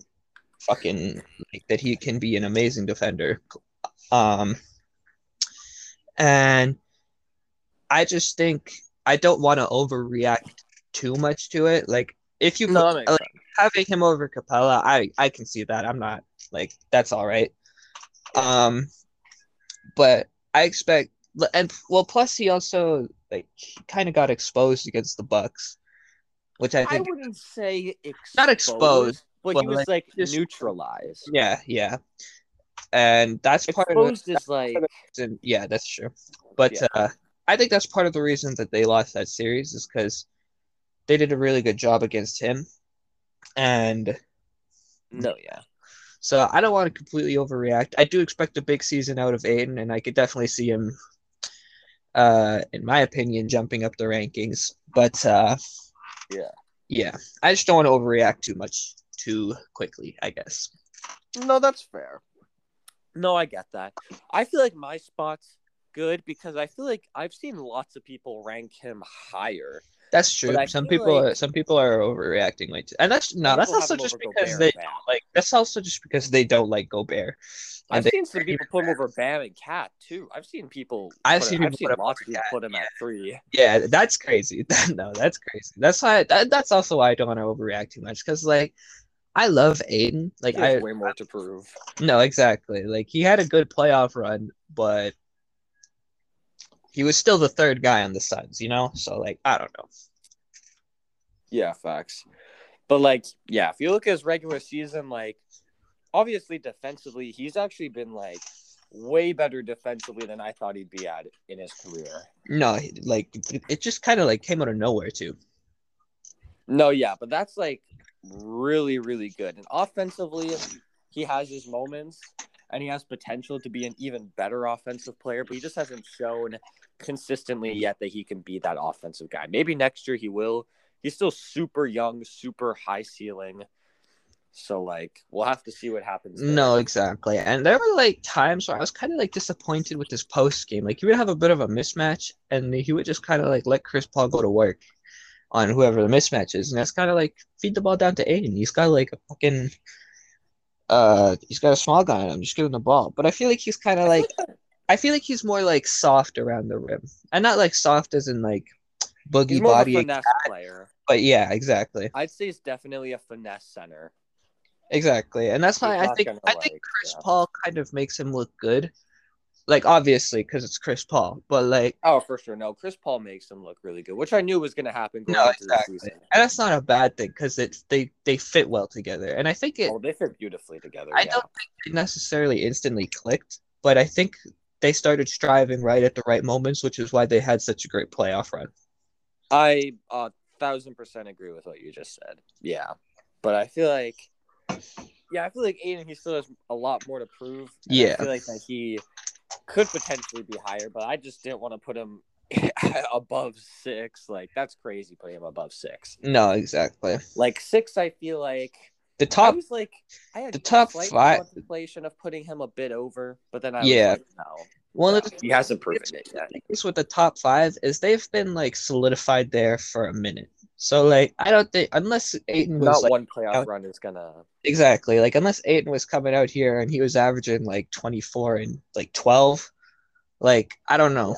Speaker 2: fucking like, that he can be an amazing defender. Um and I just think I don't want to overreact too much to it. Like if you
Speaker 1: No, that makes
Speaker 2: like, having him over Capella, I I can see that. I'm not like that's all right. Um, but I expect and well, plus he also like kind of got exposed against the Bucks, which I
Speaker 1: I
Speaker 2: think
Speaker 1: wouldn't say exposed,
Speaker 2: Not exposed,
Speaker 1: but,
Speaker 2: but,
Speaker 1: he was
Speaker 2: like,
Speaker 1: like,
Speaker 2: just-
Speaker 1: neutralized.
Speaker 2: yeah yeah, and that's part of the
Speaker 1: Exposed is like
Speaker 2: reason. Yeah, that's true. But
Speaker 1: Yeah.
Speaker 2: uh, I think that's part of the reason that they lost that series is because they did a really good job against him, and
Speaker 1: no, yeah.
Speaker 2: So I don't want to completely overreact. I do expect a big season out of Aiden, and I could definitely see him, uh, in my opinion, jumping up the rankings. But uh,
Speaker 1: Yeah.
Speaker 2: yeah, I just don't want to overreact too much too quickly. I guess.
Speaker 1: No, that's fair. No, I get that. I feel like my spot's good because I feel like I've seen lots of people rank him higher.
Speaker 2: That's true.
Speaker 1: But I
Speaker 2: Some
Speaker 1: feel
Speaker 2: people,
Speaker 1: like-
Speaker 2: some people are overreacting way too, and that's no,
Speaker 1: Some
Speaker 2: that's
Speaker 1: people have
Speaker 2: also
Speaker 1: him
Speaker 2: just
Speaker 1: over
Speaker 2: because
Speaker 1: Gobert
Speaker 2: they
Speaker 1: and Bam.
Speaker 2: like. That's also just because they don't like Gobert. And
Speaker 1: I've
Speaker 2: they-
Speaker 1: seen some people put him over Bam and Cat too. I've seen people.
Speaker 2: I've
Speaker 1: put
Speaker 2: seen
Speaker 1: him,
Speaker 2: people put him
Speaker 1: lots of
Speaker 2: over
Speaker 1: people
Speaker 2: Cat,
Speaker 1: put him at three.
Speaker 2: Yeah, that's crazy. no, that's crazy. That's why. That, that's also why I don't want to overreact too much because, like, I love Aiden. Like,
Speaker 1: He has
Speaker 2: I
Speaker 1: way more to prove.
Speaker 2: no, exactly. Like, he had a good playoff run, but he was still the third guy on the Suns. You know, so like, I don't know.
Speaker 1: Yeah, facts. But like, yeah, if you look at his regular season, like obviously defensively, he's actually been like way better defensively than I thought he'd be at in his career.
Speaker 2: No, he- like, it- it just kind of like came out of nowhere too.
Speaker 1: No, yeah, but that's like really, really good. And offensively, he has his moments. and he has potential to be an even better offensive player, but he just hasn't shown consistently yet that he can be that offensive guy. Maybe next year he will. He's still super young, super high ceiling. So like we'll have to see what happens. there.
Speaker 2: No, exactly. And there were like times where I was kind of like disappointed with his post game. Like he would have a bit of a mismatch, and he would just kind of like let Chris Paul go to work on whoever the mismatch is, and that's kind of like feed the ball down to Aiden. He's got like a fucking, uh, he's got a small guy on him. Just give him the ball. But I feel like he's kind of like, I feel like he's more like soft around the rim, and not like soft as in like
Speaker 1: He's
Speaker 2: boogie
Speaker 1: more of a
Speaker 2: body.
Speaker 1: finesse player.
Speaker 2: But yeah, exactly,
Speaker 1: I'd say he's definitely a finesse center.
Speaker 2: exactly, and that's why
Speaker 1: He's
Speaker 2: I
Speaker 1: not
Speaker 2: think
Speaker 1: gonna,
Speaker 2: I think
Speaker 1: like,
Speaker 2: Chris
Speaker 1: yeah.
Speaker 2: Paul kind of makes him look good. Like obviously, because it's Chris Paul, but like,
Speaker 1: Oh, for sure. No, Chris Paul makes him look really good, which I knew was going to happen going
Speaker 2: No,
Speaker 1: into the
Speaker 2: exactly.
Speaker 1: season.
Speaker 2: and that's not a bad thing because it's they they fit well together, and I think it
Speaker 1: Oh, they fit beautifully together.
Speaker 2: I
Speaker 1: yeah.
Speaker 2: don't think they necessarily instantly clicked, but I think they started striving right at the right moments, which is why they had such a great playoff run.
Speaker 1: I a thousand percent agree with what you just said. Yeah, but I feel like, yeah, I feel like Aiden he still has a lot more to prove. and I
Speaker 2: Yeah.
Speaker 1: feel like that he could potentially be higher, but I just didn't want to put him above six. Like that's crazy putting him above six.
Speaker 2: No, exactly.
Speaker 1: Like six, I feel like I
Speaker 2: The top,
Speaker 1: was like I had
Speaker 2: the top
Speaker 1: slight
Speaker 2: five.
Speaker 1: contemplation of putting him a bit over, but then I
Speaker 2: Yeah.
Speaker 1: was like, no,
Speaker 2: One
Speaker 1: no,
Speaker 2: of the
Speaker 1: he hasn't proven it yet.
Speaker 2: things with the top five is they've been like solidified there for a minute. So like, I don't think unless Aiton was
Speaker 1: Not
Speaker 2: like
Speaker 1: one playoff
Speaker 2: out.
Speaker 1: run is gonna
Speaker 2: exactly like unless Aiton was coming out here and he was averaging like twenty four and like twelve, like I don't know.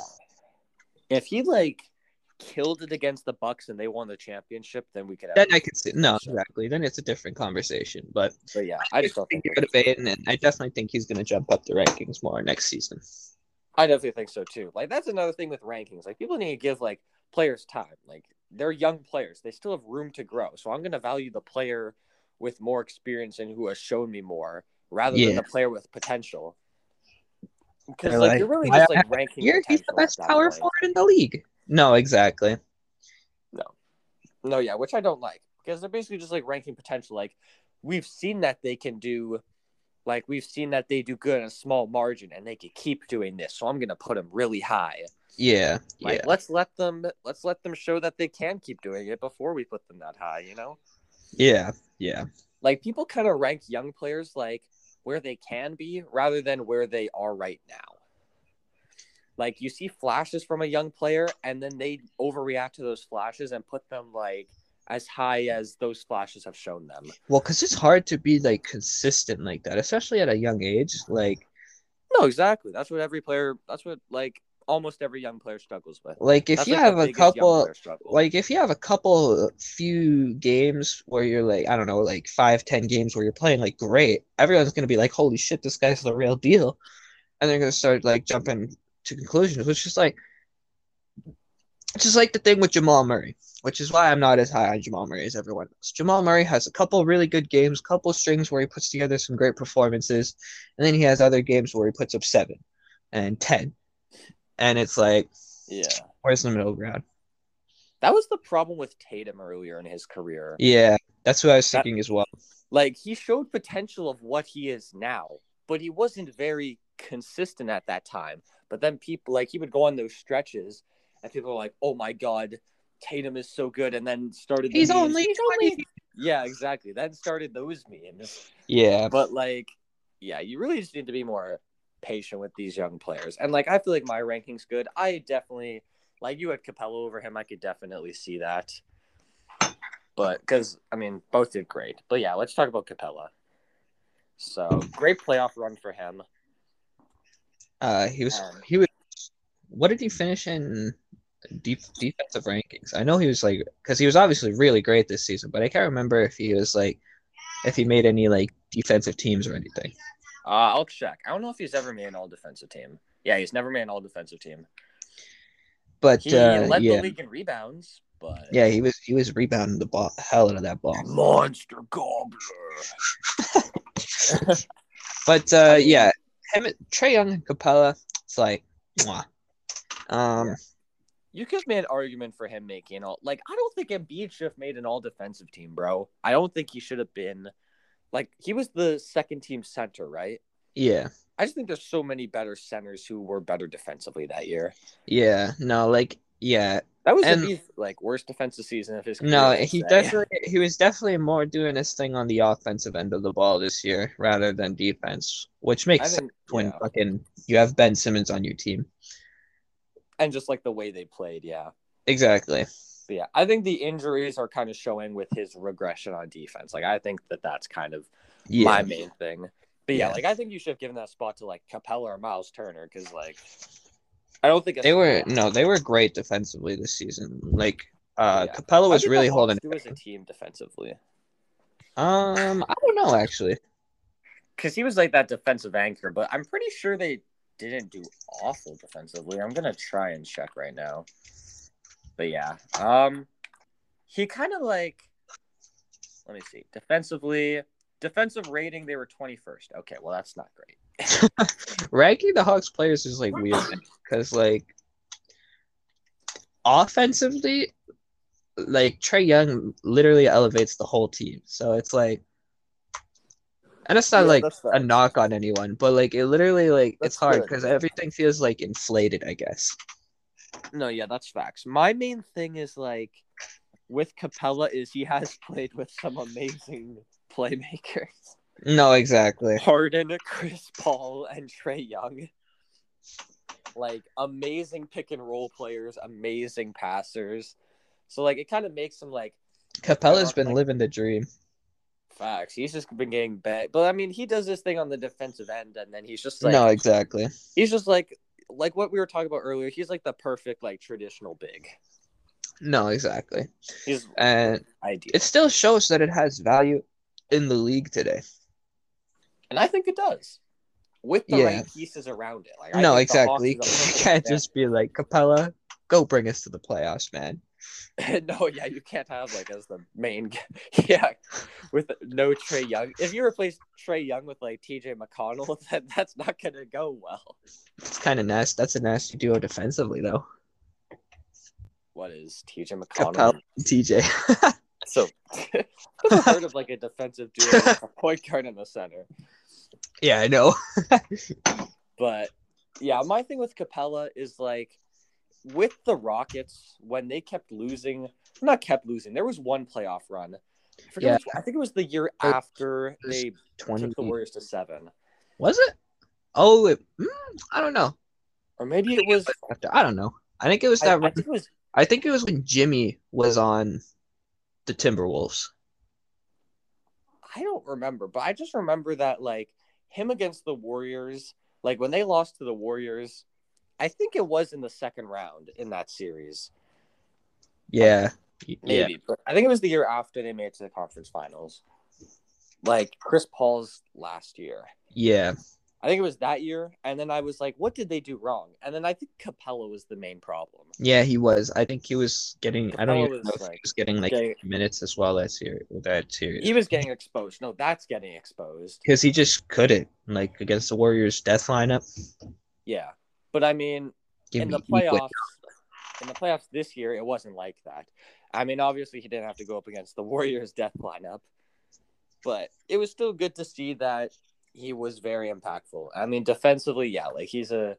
Speaker 1: If he like killed it against the Bucks and they won the championship, then we could have.
Speaker 2: Then I could see no exactly. Then it's a different conversation, but.
Speaker 1: but yeah, I just don't think.
Speaker 2: Give it a bit, and I definitely think he's going to jump up the rankings more next season.
Speaker 1: I definitely think so too. Like that's another thing with rankings. Like people need to give like players time. Like they're young players; they still have room to grow. So I'm gonna value the player with more experience and who has shown me more, rather than
Speaker 2: Yeah.
Speaker 1: the player with potential. Because
Speaker 2: They're
Speaker 1: like,
Speaker 2: like,
Speaker 1: you're really
Speaker 2: "Why
Speaker 1: just
Speaker 2: I
Speaker 1: like ranking.
Speaker 2: You're, he's the
Speaker 1: potential at
Speaker 2: best
Speaker 1: that
Speaker 2: power
Speaker 1: point.
Speaker 2: forward in the league. No, exactly.
Speaker 1: No, yeah, which I don't like because they're basically just like ranking potential. Like we've seen that they can do, like we've seen that they do good in a small margin, and they could keep doing this. So I'm gonna put them really high.
Speaker 2: Yeah,
Speaker 1: Like
Speaker 2: yeah,
Speaker 1: let's let them let's let them show that they can keep doing it before we put them that high. You know,
Speaker 2: yeah, yeah.
Speaker 1: like people kind of rank young players like where they can be rather than where they are right now. Like you see flashes from a young player, and then they overreact to those flashes and put them like as high as those flashes have shown them.
Speaker 2: Well, because it's hard to be like consistent like that, especially at a young age. Like,
Speaker 1: No, exactly. That's what every player. That's what like almost every young player struggles with.
Speaker 2: like if
Speaker 1: That's,
Speaker 2: you
Speaker 1: like, the
Speaker 2: have a
Speaker 1: biggest young
Speaker 2: couple,
Speaker 1: player struggle.
Speaker 2: like if you have a couple few games where you're like, I don't know, like five, ten games where you're playing like great, everyone's gonna be like, holy shit, this guy's the real deal, and they're gonna start like jumping to conclusions, which is like, it's just like the thing with Jamal Murray, which is why I'm not as high on Jamal Murray as everyone else. Jamal Murray has a couple really good games, couple strings where he puts together some great performances, and then he has other games where he puts up seven and ten, and it's like,
Speaker 1: yeah,
Speaker 2: where's the middle ground?
Speaker 1: that was the problem with Tatum earlier in his career.
Speaker 2: Yeah, that's what I was
Speaker 1: That-
Speaker 2: thinking as well.
Speaker 1: Like he showed potential of what he is now, but he wasn't very consistent at that time. But then people like he would go on those stretches, and people were like, "Oh my god, Tatum is so good," and then started. the
Speaker 2: He's
Speaker 1: memes.
Speaker 2: only
Speaker 1: yeah, exactly. Then started those memes.
Speaker 2: yeah,
Speaker 1: but like yeah you really just need to be more patient with these young players and like i feel like my ranking's good i definitely like you had capello over him i could definitely see that but because i mean both did great but yeah let's talk about capella so great playoff run for him
Speaker 2: uh, he was
Speaker 1: Um,
Speaker 2: he was. What did he finish in deep defensive rankings? I know he was like because he was obviously really great this season, but I can't remember if he was like if he made any like defensive teams or anything.
Speaker 1: uh, i'll check i don't know if he's ever made an all defensive team yeah he's never made an all defensive team
Speaker 2: But
Speaker 1: he
Speaker 2: uh,
Speaker 1: led
Speaker 2: yeah,
Speaker 1: the league in rebounds but
Speaker 2: yeah, he was he was rebounding the ball hell out of that ball.
Speaker 1: monster gobbler
Speaker 2: But uh, yeah, him, Trey Young and Capella, it's like, mwah. um,
Speaker 1: You could make an argument for him making all like I don't think Embiid should have made an all defensive team, bro. I don't think he should have been like he was the second team center, right?
Speaker 2: Yeah.
Speaker 1: I just think there's so many better centers who were better defensively that year.
Speaker 2: Yeah. No, like yeah.
Speaker 1: That was
Speaker 2: And-
Speaker 1: the like worst defensive season of his career.
Speaker 2: No,
Speaker 1: I'd
Speaker 2: he
Speaker 1: say.
Speaker 2: definitely he was definitely more doing his thing on the offensive end of the ball this year rather than defense, which
Speaker 1: I
Speaker 2: makes sense
Speaker 1: think,
Speaker 2: when
Speaker 1: yeah.
Speaker 2: fucking you have Ben Simmons on your team.
Speaker 1: and just like the way they played, yeah.
Speaker 2: Exactly.
Speaker 1: But yeah, I think the injuries are kind of showing with his regression on defense. Like I think that that's kind of
Speaker 2: Yeah.
Speaker 1: my main thing. But yeah,
Speaker 2: Yeah.
Speaker 1: like I think you should have given that spot to like Capella or Miles Turner because like I don't think
Speaker 2: They were no, they were great defensively this season. Like uh
Speaker 1: Yeah.
Speaker 2: Capella
Speaker 1: How
Speaker 2: was
Speaker 1: did the
Speaker 2: really
Speaker 1: Hawks
Speaker 2: holding.
Speaker 1: do as a team defensively
Speaker 2: Um, I don't know actually.
Speaker 1: because he was like that defensive anchor, but I'm pretty sure they didn't do awful defensively. I'm gonna try and check right now. But yeah, um, he kind of like, let me see, defensively, defensive rating they were 21st. Okay, well that's not great.
Speaker 2: Ranking the Hawks players is like weird because like offensively, like Trey Young literally elevates the whole team. So it's like, and it's not
Speaker 1: Yeah,
Speaker 2: like
Speaker 1: that's
Speaker 2: a
Speaker 1: fair.
Speaker 2: knock on anyone, but like it literally like
Speaker 1: That's
Speaker 2: it's hard
Speaker 1: good.
Speaker 2: because everything feels like inflated. I guess.
Speaker 1: No, yeah, that's facts. My main thing is like with Capella is he has played with some amazing playmakers.
Speaker 2: No, exactly.
Speaker 1: Harden, Chris Paul, and Trey Young. Like amazing pick and roll players, amazing passers. So like it kind of makes him like
Speaker 2: Capella's been
Speaker 1: Like-
Speaker 2: living the dream.
Speaker 1: facts. He's just been getting bet. But I mean, he does this thing on the defensive end, and then he's just like
Speaker 2: no, exactly.
Speaker 1: he's just like like what we were talking about earlier. He's like the perfect like traditional big.
Speaker 2: No, exactly.
Speaker 1: He's
Speaker 2: And
Speaker 1: ideal,
Speaker 2: it still shows that it has value in the league today.
Speaker 1: and I think it does with the
Speaker 2: Yeah.
Speaker 1: right pieces around it. Like I
Speaker 2: no,
Speaker 1: think the Hawks
Speaker 2: exactly. You
Speaker 1: is a perfect
Speaker 2: can't just be like Capella, go bring us to the playoffs, man.
Speaker 1: no, yeah, you can't have like as the main, g- yeah, with no Trey Young. If you replace Trey Young with like T.J. McConnell, then that's not gonna go well.
Speaker 2: It's kind of nasty. That's a nasty duo defensively, though.
Speaker 1: What is T.J. McConnell?
Speaker 2: Capella, TJ.
Speaker 1: So, I've heard of like a defensive duo, with a point guard in the center.
Speaker 2: yeah, I know.
Speaker 1: But yeah, my thing with Capella is like with the Rockets when they kept losing, not kept losing. There was one playoff run. I, forget
Speaker 2: Yeah.
Speaker 1: which- I think it was the year
Speaker 2: It was-
Speaker 1: after they
Speaker 2: Twenty
Speaker 1: took the Warriors to seven.
Speaker 2: was it? Oh, it, mm, I don't know.
Speaker 1: Or maybe it was
Speaker 2: After- I don't know. I think it was
Speaker 1: I,
Speaker 2: that.
Speaker 1: I
Speaker 2: run-
Speaker 1: think it was
Speaker 2: I think it was when Jimmy was on the Timberwolves.
Speaker 1: I don't remember, but I just remember that like him against the Warriors, like when they lost to the Warriors, I think it was in the second round in that series.
Speaker 2: Yeah. Y- Yeah.
Speaker 1: Maybe. But I think it was the year after they made it to the conference finals. Like Chris Paul's last year.
Speaker 2: Yeah.
Speaker 1: I think it was that year. And then I was like, what did they do wrong? And then I think Capella was the main problem.
Speaker 2: Yeah. He was. I think he was getting. I don't
Speaker 1: Capella
Speaker 2: even
Speaker 1: was,
Speaker 2: know if he
Speaker 1: like,
Speaker 2: was getting like
Speaker 1: getting-
Speaker 2: minutes as well that year. That series.
Speaker 1: He was getting exposed. No, that's getting exposed.
Speaker 2: because he just couldn't like against the Warriors' death lineup.
Speaker 1: Yeah. But I mean,
Speaker 2: Give
Speaker 1: in the
Speaker 2: me Equin.
Speaker 1: playoffs in the playoffs this year it wasn't like that i mean obviously he didn't have to go up against the warriors death lineup but it was still good to see that he was very impactful i mean defensively yeah like he's a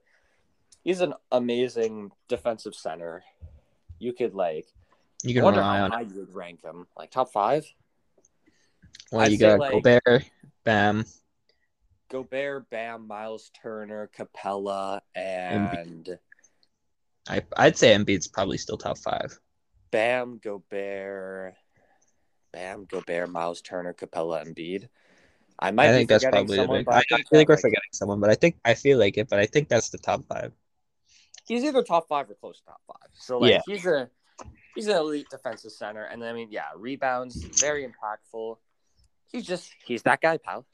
Speaker 1: he's an amazing defensive center you could like
Speaker 2: You
Speaker 1: I
Speaker 2: can
Speaker 1: wonder
Speaker 2: rely
Speaker 1: how
Speaker 2: on.
Speaker 1: high you would rank him like top five
Speaker 2: Well,
Speaker 1: I'd
Speaker 2: you
Speaker 1: say,
Speaker 2: got
Speaker 1: like-
Speaker 2: Gobert, Bam,
Speaker 1: gobert bam miles turner capella and
Speaker 2: I I'd say Embiid's probably still top five.
Speaker 1: Bam Gobert, Bam Gobert, Miles Turner, Capella, Embiid. I might
Speaker 2: I
Speaker 1: be
Speaker 2: think that's
Speaker 1: forgetting
Speaker 2: probably. The
Speaker 1: someone,
Speaker 2: big,
Speaker 1: but
Speaker 2: I, I feel
Speaker 1: think
Speaker 2: like
Speaker 1: that,
Speaker 2: we're
Speaker 1: like,
Speaker 2: forgetting someone, but I think I feel like it. But I think that's the top five.
Speaker 1: he's either top five or close to top five. So like
Speaker 2: Yeah.
Speaker 1: he's a he's an elite defensive center, and I mean yeah, rebounds very impactful. He's just he's that guy, pal.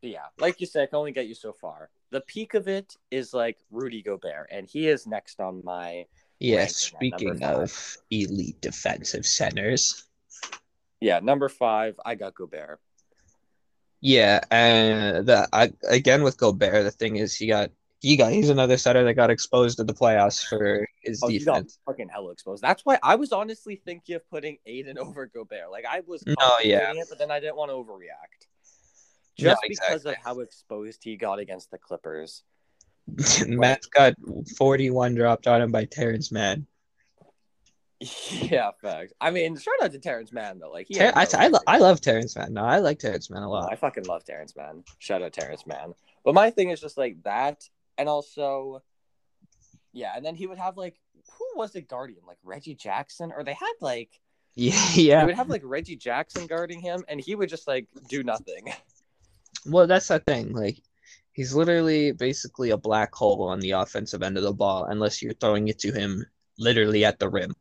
Speaker 1: But yeah, like you said, I can only get you so far. The peak of it is like Rudy Gobert, and he is next on my
Speaker 2: Yeah.
Speaker 1: Ranked at
Speaker 2: speaking
Speaker 1: number
Speaker 2: of elite defensive centers,
Speaker 1: yeah number five. I got Gobert.
Speaker 2: yeah, and the I, again with Gobert, the thing is he got he got he's another center that got exposed in the playoffs for his
Speaker 1: Oh, he got
Speaker 2: defense.
Speaker 1: fucking hella exposed. That's why I was honestly thinking of putting Aiden over Gobert. Like I was
Speaker 2: No,
Speaker 1: contemplating
Speaker 2: yeah.
Speaker 1: it, but then I didn't want to overreact. just
Speaker 2: No,
Speaker 1: because
Speaker 2: exactly.
Speaker 1: of how exposed he got against the Clippers.
Speaker 2: Matt's got 41 dropped on him by Terrence Mann.
Speaker 1: Yeah, facts. I mean, shout out to Terrence Mann though. Like, he
Speaker 2: Ter-
Speaker 1: had no
Speaker 2: I, I, lo-
Speaker 1: record.
Speaker 2: I love Terrence Mann. No, I like Terrence Mann a
Speaker 1: Well,
Speaker 2: lot.
Speaker 1: I fucking love Terrence Mann. Shout out Terrence Mann. But my thing is just like that, and also, yeah. And then he would have like who was it guardian? Like Reggie Jackson, or they had like
Speaker 2: Yeah,
Speaker 1: they
Speaker 2: yeah.
Speaker 1: would have like Reggie Jackson guarding him, and he would just like do nothing.
Speaker 2: Well, that's the thing. Like, he's literally basically a black hole on the offensive end of the ball, unless you're throwing it to him literally at the rim.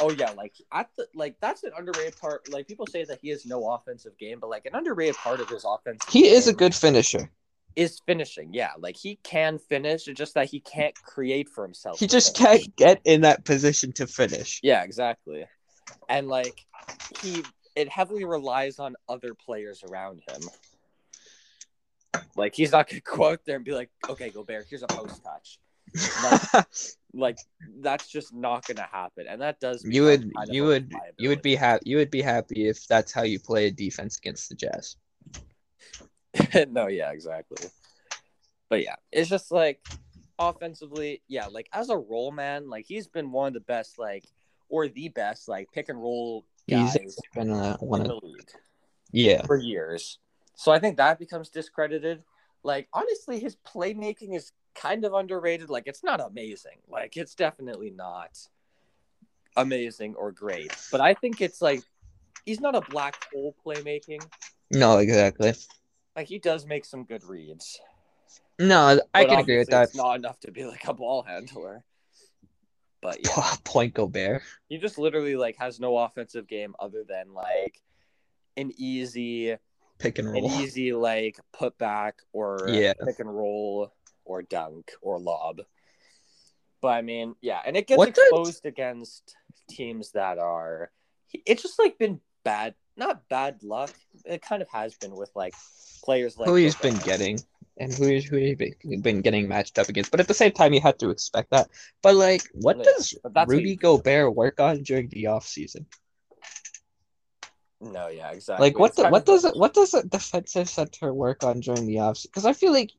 Speaker 1: Oh yeah, like at the like that's an underrated part. Like people say that he has no offensive game, but like an underrated part of his offense
Speaker 2: He is a good finisher.
Speaker 1: is finishing. Yeah, like he can finish. It's just that he can't create for himself.
Speaker 2: He
Speaker 1: with
Speaker 2: just
Speaker 1: it.
Speaker 2: can't get in that position to finish.
Speaker 1: Yeah, exactly. And like he it heavily relies on other players around him. Like he's not gonna go out there and be like, okay, Gobert, here's a post touch. Like that's just not gonna happen. And that does become
Speaker 2: you would,
Speaker 1: kind of
Speaker 2: you
Speaker 1: a
Speaker 2: would, you would
Speaker 1: liability.
Speaker 2: be happy. You would be happy if that's how you play a defense against the Jazz.
Speaker 1: no, yeah, exactly. But yeah, it's just like offensively, yeah, like as a role man, like he's been one of the best, like or the best, like pick and roll
Speaker 2: He's
Speaker 1: guys
Speaker 2: been uh, one
Speaker 1: in
Speaker 2: of
Speaker 1: the league.
Speaker 2: yeah.
Speaker 1: for years. So I think that becomes discredited. Like honestly, his playmaking is kind of underrated. Like it's not amazing. Like it's definitely not amazing or great. But I think it's like he's not a black hole playmaking.
Speaker 2: No, exactly.
Speaker 1: Like he does make some good reads.
Speaker 2: No, I
Speaker 1: But
Speaker 2: can agree with
Speaker 1: obviously
Speaker 2: that.
Speaker 1: It's not enough to be like a ball handler. But yeah.
Speaker 2: Point Gobert.
Speaker 1: He just literally like has no offensive game other than like an easy
Speaker 2: Pick and
Speaker 1: an
Speaker 2: roll.
Speaker 1: easy like put back or
Speaker 2: Yeah.
Speaker 1: pick and roll or dunk or lob. But I mean, yeah, and it gets
Speaker 2: What does-
Speaker 1: exposed against teams that are. It's just like been bad, not bad luck. It kind of has been with like players like
Speaker 2: who he's
Speaker 1: Gobert.
Speaker 2: been getting and who he's, who he's been- been getting matched up against. But at the same time, you have to expect that. But like, what
Speaker 1: Yeah,
Speaker 2: does
Speaker 1: but that's what
Speaker 2: Rudy
Speaker 1: you-
Speaker 2: Gobert work on during the off season?
Speaker 1: No, yeah, exactly.
Speaker 2: Like, what
Speaker 1: It's
Speaker 2: the,
Speaker 1: kind
Speaker 2: what
Speaker 1: of-
Speaker 2: does it, what does a defensive center work on during the off? Because I feel like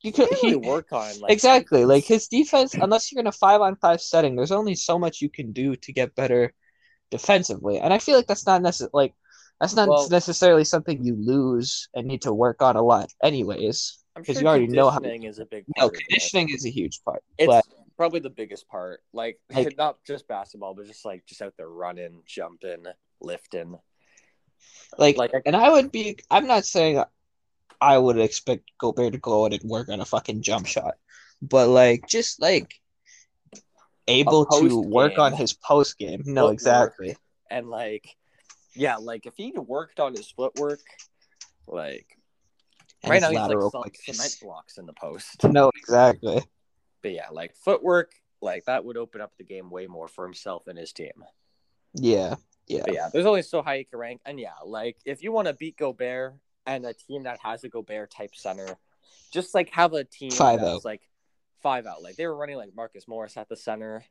Speaker 2: you could
Speaker 1: can't
Speaker 2: he,
Speaker 1: really work on? Like,
Speaker 2: exactly like his defense. Unless you're in a five on five setting, there's only so much you can do to get better defensively. And I feel like that's not necessarily like that's not
Speaker 1: Well-
Speaker 2: necessarily something you lose and need to work on a lot, anyways.
Speaker 1: I'm
Speaker 2: Because
Speaker 1: sure
Speaker 2: you already know how
Speaker 1: conditioning is a big
Speaker 2: No,
Speaker 1: part of it.
Speaker 2: conditioning is a huge part.
Speaker 1: It's
Speaker 2: but-
Speaker 1: probably the biggest part. Like,
Speaker 2: Like-
Speaker 1: not just basketball, but just like just out there running, jumping, lifting.
Speaker 2: Like,
Speaker 1: Like, I
Speaker 2: and I would be. I'm not saying I would expect Gobert to go out and work on a fucking jump shot, but like, just like able to
Speaker 1: post
Speaker 2: work
Speaker 1: game.
Speaker 2: on his post game. No,
Speaker 1: Footwork.
Speaker 2: exactly.
Speaker 1: and like yeah like if he worked on his footwork like
Speaker 2: And
Speaker 1: right now
Speaker 2: his
Speaker 1: he's like
Speaker 2: lateral
Speaker 1: selling
Speaker 2: quickness.
Speaker 1: cement blocks in the post
Speaker 2: No, exactly.
Speaker 1: but yeah like footwork like that would open up the game way more for himself and his team
Speaker 2: Yeah, yeah.
Speaker 1: but yeah there's only so high you can rank and yeah like if you want to beat gobert and a team that has a gobert type center just like have a team
Speaker 2: Five
Speaker 1: that's
Speaker 2: out.
Speaker 1: like five out like they were running like marcus morris at the center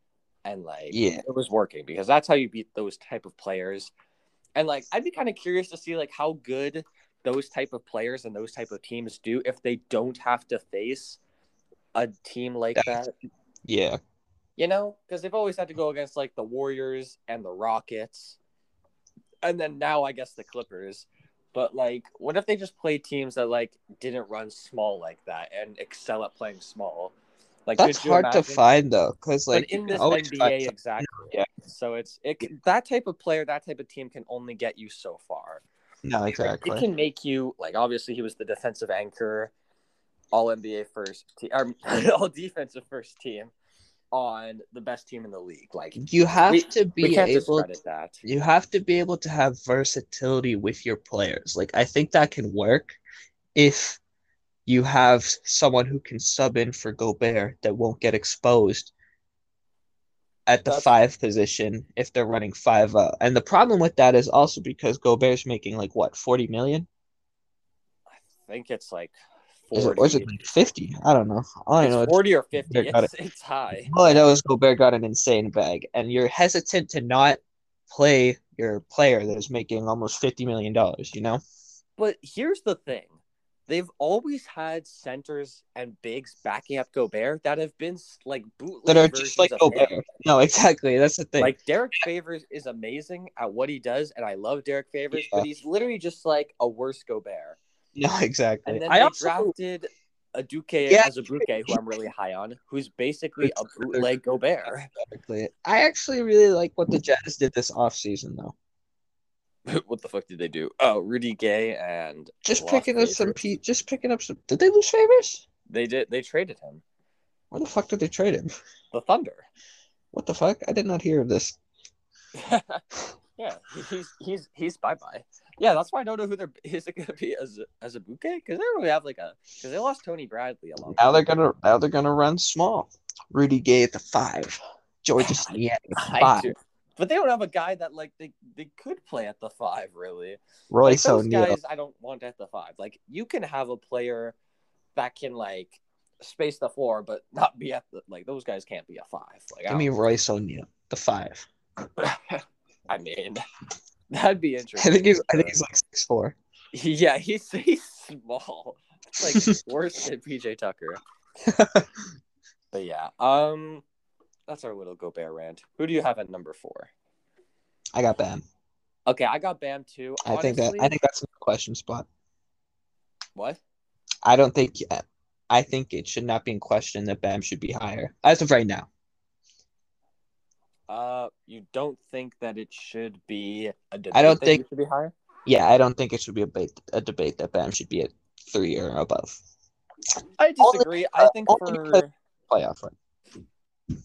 Speaker 1: and like
Speaker 2: Yeah.
Speaker 1: it was working because that's how you beat those type of players. And like I'd be kind of curious to see like how good those type of players and those type of teams do if they don't have to face a team like that,
Speaker 2: Yeah,
Speaker 1: you know? Because they've always had to go against like the Warriors and the Rockets. And then now I guess the Clippers. But like what if they just played teams that like didn't run small like that and excel at playing small? Like
Speaker 2: that's
Speaker 1: could you
Speaker 2: hard to
Speaker 1: imagine-
Speaker 2: find though, because like
Speaker 1: but in
Speaker 2: you
Speaker 1: this
Speaker 2: can always
Speaker 1: NBA,
Speaker 2: find-
Speaker 1: exactly.
Speaker 2: yeah.
Speaker 1: So it's it can- that type of player, that type of team can only get you so far.
Speaker 2: no,
Speaker 1: It
Speaker 2: exactly.
Speaker 1: can make you like obviously he was the defensive anchor, all NBA first team, or all defensive first team on the best team in the league. Like
Speaker 2: You have
Speaker 1: We-
Speaker 2: to be
Speaker 1: we can't
Speaker 2: able
Speaker 1: discredit that.
Speaker 2: you have to be able to have versatility with your players. Like I think that can work if you have someone who can sub in for Gobert that won't get exposed at the
Speaker 1: That's-
Speaker 2: five position if they're running five out. And the problem with that is also because Gobert's making like what, 40 million?
Speaker 1: I think it's like
Speaker 2: Is it,
Speaker 1: forty.
Speaker 2: or is it like 50? I don't know. All I
Speaker 1: it's
Speaker 2: know is
Speaker 1: forty or fifty.
Speaker 2: They got
Speaker 1: It's, it's high.
Speaker 2: All I know is Gobert got an insane bag, and you're hesitant to not play your player that is making almost fifty million dollars. You know,
Speaker 1: But here's the thing. They've always had centers and bigs backing up Gobert that have been like bootleg
Speaker 2: that are just
Speaker 1: versions
Speaker 2: like
Speaker 1: of
Speaker 2: Gobert.
Speaker 1: him.
Speaker 2: No, exactly. That's the thing.
Speaker 1: Like Derek Favors is amazing at what he does, and I love Derek Favors, but he's literally just like a worse Gobert.
Speaker 2: no, exactly.
Speaker 1: And then
Speaker 2: I
Speaker 1: they
Speaker 2: also
Speaker 1: drafted a Duque
Speaker 2: Yeah.
Speaker 1: as a Bruque, who I'm really high on, who's basically a bootleg Gobert.
Speaker 2: Exactly. I actually really like what the Jazz did this offseason, though.
Speaker 1: what the fuck did they do? Oh, Rudy Gay and
Speaker 2: Just
Speaker 1: Lost
Speaker 2: picking up some
Speaker 1: Favors.
Speaker 2: pe- just picking up some did they lose favors?
Speaker 1: They did. They traded him.
Speaker 2: Where the fuck did they trade him?
Speaker 1: The Thunder.
Speaker 2: What the fuck? I did not hear of this.
Speaker 1: yeah, he's he's he's bye bye. Yeah, that's why I don't know who they're is it gonna be as as a bouquet because they really have like a because they lost Tony Bradley a long.
Speaker 2: Now they're gonna now they're gonna run small. Rudy Gay at the five. George Niang at the
Speaker 1: I
Speaker 2: five.
Speaker 1: do. But they don't have a guy that like they, they could play at the five really. Like,
Speaker 2: Royce
Speaker 1: those
Speaker 2: O'Neal.
Speaker 1: guys I don't want at the five. Like you can have a player that can like space the floor, but not be at the like those guys can't be a five. Like
Speaker 2: Give
Speaker 1: I,
Speaker 2: me
Speaker 1: mean,
Speaker 2: Royce O'Neal, the five.
Speaker 1: I mean, that'd be
Speaker 2: I
Speaker 1: interesting.
Speaker 2: think he's I
Speaker 1: but-
Speaker 2: think he's like six four.
Speaker 1: Yeah, he's he's small. It's like worse than PJ Tucker. but yeah, um, that's our little Gobert rant. Who do you have at number four?
Speaker 2: I got Bam.
Speaker 1: Okay, I got Bam too.
Speaker 2: I think that I
Speaker 1: Honestly-
Speaker 2: think that's a question spot.
Speaker 1: what?
Speaker 2: I don't think I think it should not be in question that Bam should be higher. As of right now.
Speaker 1: Uh, you don't think that it should be a debate
Speaker 2: I don't
Speaker 1: that
Speaker 2: think-
Speaker 1: he should be higher.
Speaker 2: Yeah, I don't think it should be a debate, a debate that Bam should be at three or above
Speaker 1: I
Speaker 2: Only-
Speaker 1: disagree. I think
Speaker 2: only because-
Speaker 1: for
Speaker 2: playoff run.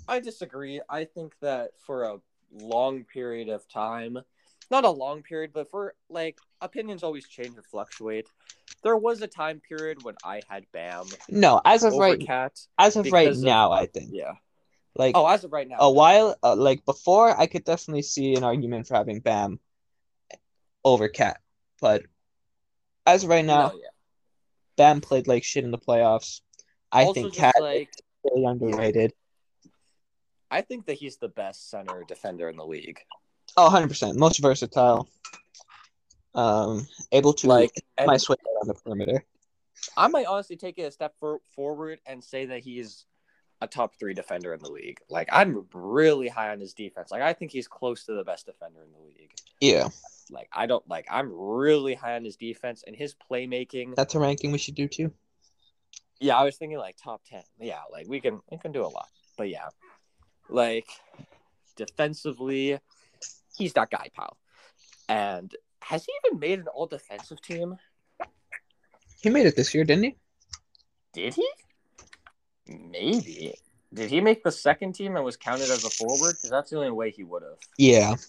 Speaker 1: I disagree. I think that for a long period of time, not a long period, but for like opinions always change and fluctuate. There was a time period when I had Bam
Speaker 2: No, as of
Speaker 1: over
Speaker 2: right,
Speaker 1: Cat.
Speaker 2: as of right
Speaker 1: because of-
Speaker 2: now, I think
Speaker 1: Yeah.
Speaker 2: like
Speaker 1: Oh, as of right now.
Speaker 2: a while, uh, like before, I could definitely see an argument for having Bam over Cat, but as of right now,
Speaker 1: No, yeah.
Speaker 2: Bam played like shit in the playoffs. I
Speaker 1: Also
Speaker 2: think
Speaker 1: just,
Speaker 2: Cat
Speaker 1: like-
Speaker 2: is really underrated.
Speaker 1: I think that he's the best center defender in the league.
Speaker 2: Oh, 100 percent, most versatile. Um, able to
Speaker 1: Like,
Speaker 2: my
Speaker 1: and
Speaker 2: switch on the perimeter.
Speaker 1: I might honestly take it a step for, forward and say that he's a top three defender in the league. Like, I'm really high on his defense. Like, I think he's close to the best defender in the league.
Speaker 2: Yeah,
Speaker 1: Like, I don't like. I'm really high on his defense and his playmaking.
Speaker 2: that's a ranking we should do too.
Speaker 1: Yeah, I was thinking like top ten. Yeah, like we can we can do a lot. But yeah, like defensively, he's that guy, pal. And has he even made an all defensive team?
Speaker 2: He made it this year, didn't he?
Speaker 1: Did he? Maybe. Did he make the second team and was counted as a forward? Because that's the only way he would have.
Speaker 2: Yeah.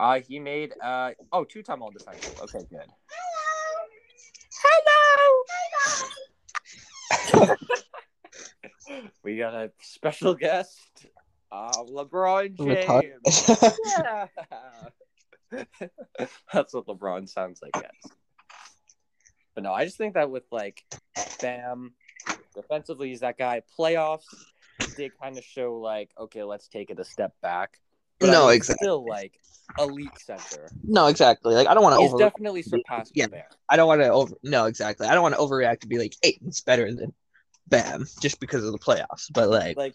Speaker 1: Uh he made uh oh two time all defensive. Okay, good. We got a special guest, uh, LeBron
Speaker 2: Retard-
Speaker 1: James. Yeah. That's what LeBron sounds like, guys. But no, I just think that with like Bam, defensively, he's that guy. Playoffs did kind of show like, okay, let's take it a step back. I
Speaker 2: No,
Speaker 1: mean,
Speaker 2: exactly.
Speaker 1: Still like elite center.
Speaker 2: no, exactly. Like I don't want to
Speaker 1: He's
Speaker 2: over.
Speaker 1: definitely surpassed
Speaker 2: Yeah.
Speaker 1: Gobert.
Speaker 2: I don't want to over. No, exactly. I don't want to overreact to be like, hey, it's better than Bam just because of the playoffs. But like,
Speaker 1: Like,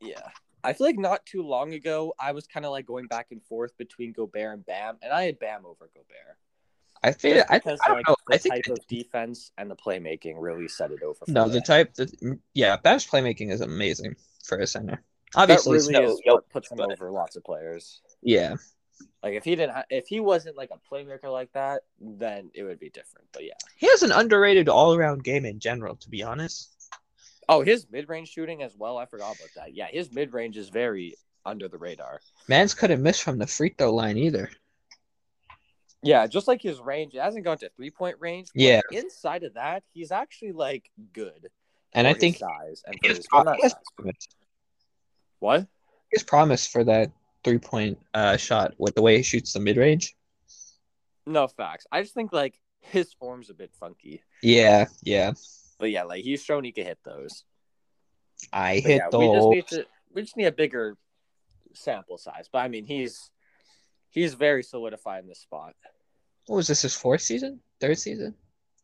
Speaker 1: yeah. I feel like not too long ago, I was kind of like going back and forth between Gobert and Bam, and I had Bam over Gobert.
Speaker 2: I feel
Speaker 1: Just
Speaker 2: I, I
Speaker 1: because,
Speaker 2: don't
Speaker 1: like,
Speaker 2: know.
Speaker 1: the
Speaker 2: I think
Speaker 1: type of defense and the playmaking really set it over. for
Speaker 2: no,
Speaker 1: me.
Speaker 2: the type that mm, yeah, Bam's playmaking is amazing for a center.
Speaker 1: that
Speaker 2: Obviously,
Speaker 1: really
Speaker 2: Snow-
Speaker 1: is what puts him
Speaker 2: but-
Speaker 1: over lots of players.
Speaker 2: yeah,
Speaker 1: Like if he didn't, ha- if he wasn't like a playmaker like that, then it would be different. But yeah.
Speaker 2: he has an underrated all-around game in general. To be honest,
Speaker 1: Oh, his mid-range shooting as well. I forgot about that. Yeah, his mid-range is very under the radar.
Speaker 2: man's couldn't miss from the free throw line either.
Speaker 1: Yeah, just like his range, it hasn't gone to three-point range. but
Speaker 2: Yeah.
Speaker 1: Inside of that, he's actually like good.
Speaker 2: And I
Speaker 1: for his
Speaker 2: think
Speaker 1: size and for
Speaker 2: he has
Speaker 1: his, well, not
Speaker 2: promise.
Speaker 1: size, but- what?
Speaker 2: his promise for that three-point uh, shot with the way he shoots the mid-range.
Speaker 1: No facts. I just think like his form's a bit funky.
Speaker 2: Yeah, yeah.
Speaker 1: But yeah, like he's shown he could hit those.
Speaker 2: I
Speaker 1: But
Speaker 2: hit
Speaker 1: yeah,
Speaker 2: the
Speaker 1: we just
Speaker 2: hole.
Speaker 1: need to we just need a bigger sample size. But I mean he's he's very solidified in this spot.
Speaker 2: What was this? His fourth season? Third season?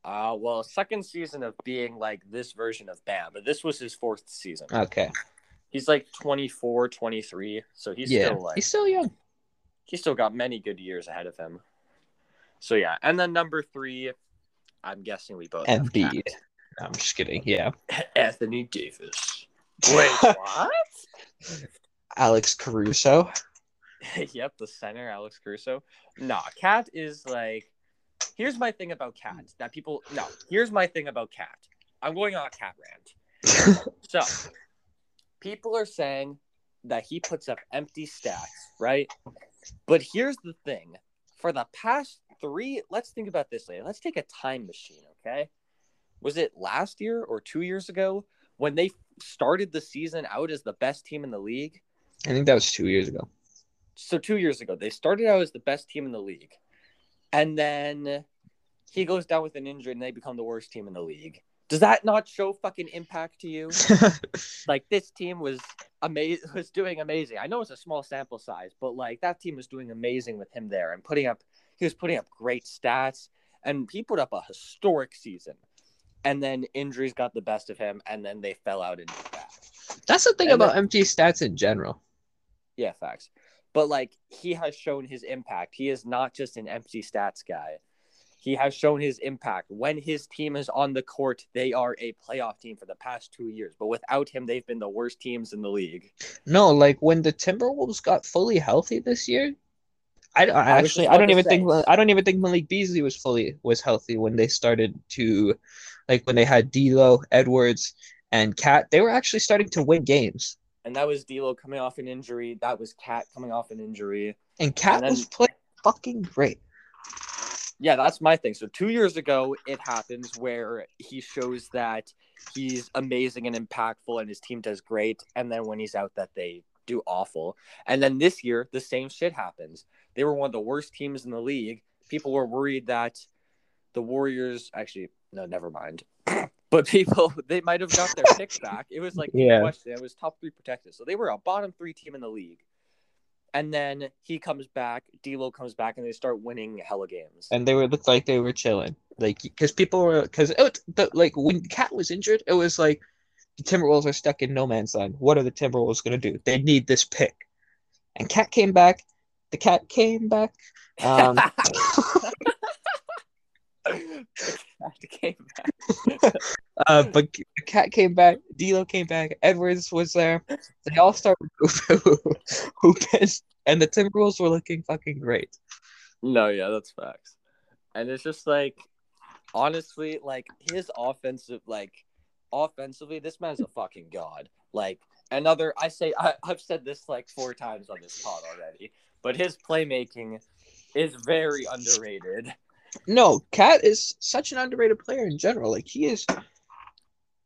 Speaker 1: Uh, well, second season of being like this version of Bam, but this was his fourth season.
Speaker 2: Okay.
Speaker 1: He's like 24, 23, so he's
Speaker 2: yeah.
Speaker 1: still like
Speaker 2: He's still young.
Speaker 1: he's still got many good years ahead of him. So yeah, and then number three, I'm guessing we both have
Speaker 2: Embiid. No, I'm just kidding. Yeah.
Speaker 1: that. Anthony Davis. Wait, what?
Speaker 2: Alex Caruso.
Speaker 1: yep, the center, Alex Caruso. Nah, Cat is like. Here's my thing about Cat that people. No, here's my thing about Cat. I'm going on a Cat rant. so, people are saying that he puts up empty stats, right? But here's the thing: for the past three, let's think about this later. Let's take a time machine, okay? Was it last year or two years ago when they started the season out as the best team in the league?
Speaker 2: I think that was two years ago.
Speaker 1: so two years ago they started out as the best team in the league and then he goes down with an injury and they become the worst team in the league does that not show fucking impact to you like this team was amazing was doing amazing i know it's a small sample size but like that team was doing amazing with him there and putting up he was putting up great stats and he put up a historic season and then injuries got the best of him and then they fell out into the back
Speaker 2: That's the thing
Speaker 1: And
Speaker 2: about empty stats in general.
Speaker 1: Yeah, facts. But like he has shown his impact. He is not just an empty stats guy. He has shown his impact. When his team is on the court, they are a playoff team for the past two years. But without him, they've been the worst teams in the league.
Speaker 2: No, like when the Timberwolves got fully healthy this year, I, don't
Speaker 1: I was
Speaker 2: actually
Speaker 1: just
Speaker 2: I don't
Speaker 1: about to
Speaker 2: even think
Speaker 1: say.
Speaker 2: I don't even think Malik Beasley was fully was healthy when they started to, like when they had D'Lo, Edwards, and Cat. They were actually starting to win games,
Speaker 1: And that was D'Lo coming off an injury. That was Cat coming off an injury.
Speaker 2: and Cat
Speaker 1: And then-
Speaker 2: was playing fucking great.
Speaker 1: Yeah, that's my thing. So two years ago, it happens where he shows that he's amazing and impactful, and his team does great. And then when he's out, that they do awful. And then this year, the same shit happens. They were one of the worst teams in the league. People were worried that the Warriors actually no, never mind. But people, they might have got their picks back. It was like
Speaker 2: Yeah.
Speaker 1: yeah. question. It was top three protected, so they were a bottom three team in the league. And then he comes back, D'Lo comes back, and they start winning hella games.
Speaker 2: and they were looked like they were chilling, like because people were because it the, like when Cat was injured, it was like the Timberwolves are stuck in no man's land. What are the Timberwolves gonna do? They need this pick, and Cat came back. The cat came back. Um,
Speaker 1: That came back.
Speaker 2: uh, but the cat came back. D'Lo came back. Edwards was there. They all started hooping, and the Timberwolves were looking fucking great.
Speaker 1: No, yeah, that's facts. And it's just like, honestly, like his offensive, like offensively, this man's a fucking god. Like another, I say, I, I've said this like four times on this pod already, but his playmaking is very underrated.
Speaker 2: No, Cat is such an underrated player in general. Like he is,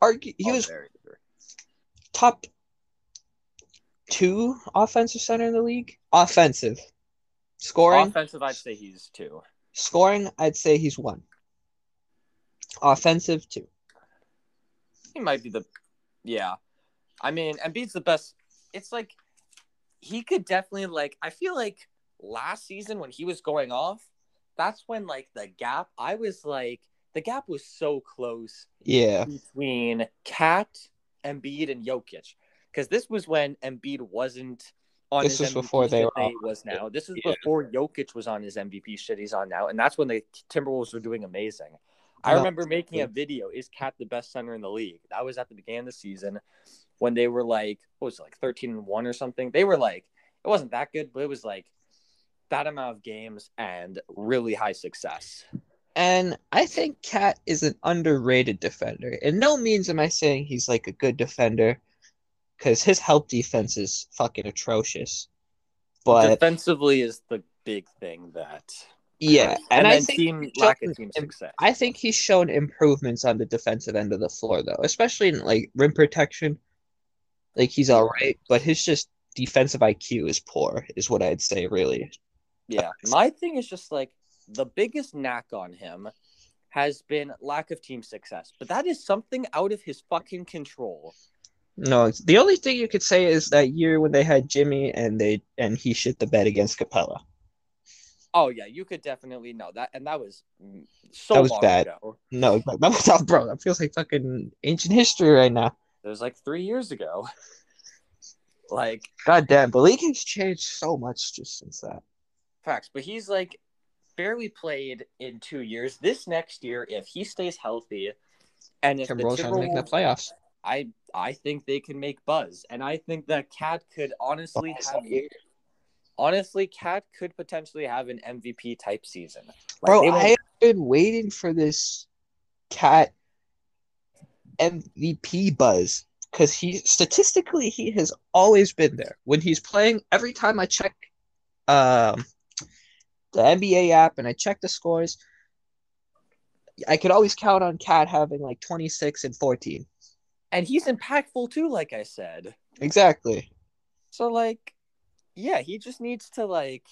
Speaker 2: argue he
Speaker 1: Oh,
Speaker 2: was
Speaker 1: very good.
Speaker 2: top two offensive center in the league. Offensive scoring,
Speaker 1: offensive. I'd say he's two.
Speaker 2: scoring. I'd say he's one. Offensive two.
Speaker 1: He might be the, yeah. I mean, Embiid's the best. It's like he could definitely like. I feel like last season when he was going off, that's when like the gap. I was like, the gap was so close
Speaker 2: Yeah,
Speaker 1: between Cat, Embiid, and Jokic, because this was when Embiid wasn't. On
Speaker 2: This
Speaker 1: his
Speaker 2: was
Speaker 1: MVP
Speaker 2: before they
Speaker 1: shit
Speaker 2: were
Speaker 1: that he
Speaker 2: on-
Speaker 1: was now. This is
Speaker 2: Yeah.
Speaker 1: before Jokic was on his MVP shit he's on now, and that's when the Timberwolves were doing amazing. I
Speaker 2: No.
Speaker 1: remember making a video. Is Cat the best center in the league? That was at the beginning of the season when they were like, what was it, like thirteen and one or something? They were like, it wasn't that good, but it was like that amount of games and really high success.
Speaker 2: and I think Cat is an underrated defender. In no means am I saying he's like a good defender, because his help defense is fucking atrocious. But
Speaker 1: Defensively is the big thing that.
Speaker 2: yeah,
Speaker 1: and,
Speaker 2: and, I
Speaker 1: then
Speaker 2: think
Speaker 1: team
Speaker 2: Jokic
Speaker 1: lack of team
Speaker 2: and-
Speaker 1: success.
Speaker 2: I think he's shown improvements on the defensive end of the floor, though, especially in like rim protection. Like he's all right, but his just defensive IQ is poor, is what I'd say, really.
Speaker 1: Yeah, my thing is just like the biggest knack on him has been lack of team success, but that is something out of his fucking control.
Speaker 2: No, it's- the only thing you could say is that year when they had Jimmy and they and he shit the bed against Capella.
Speaker 1: Oh yeah, you could definitely know that, and that was mm, so
Speaker 2: That was
Speaker 1: long
Speaker 2: bad.
Speaker 1: ago.
Speaker 2: No, that that was all, bro. That feels like fucking ancient history right now.
Speaker 1: It was like three years ago. like
Speaker 2: God damn, but league has changed so much just since that.
Speaker 1: facts, but he's like barely played in two years. This next year, if he stays healthy, and if the
Speaker 2: Timberwolves aren't making the
Speaker 1: Timberwolves-
Speaker 2: playoffs.
Speaker 1: I I think they can make buzz, and I think that Cat could honestly
Speaker 2: Buzz.
Speaker 1: have honestly Cat could potentially have an MVP type season. Like,
Speaker 2: Bro,
Speaker 1: they
Speaker 2: I
Speaker 1: won't-
Speaker 2: have been waiting for this cat MVP buzz because he statistically he has always been there when he's playing. Every time I check um, the NBA app and I check the scores, I could always count on Cat having like twenty six and fourteen.
Speaker 1: and he's impactful too, like I said.
Speaker 2: Exactly.
Speaker 1: So like, yeah, he just needs to like.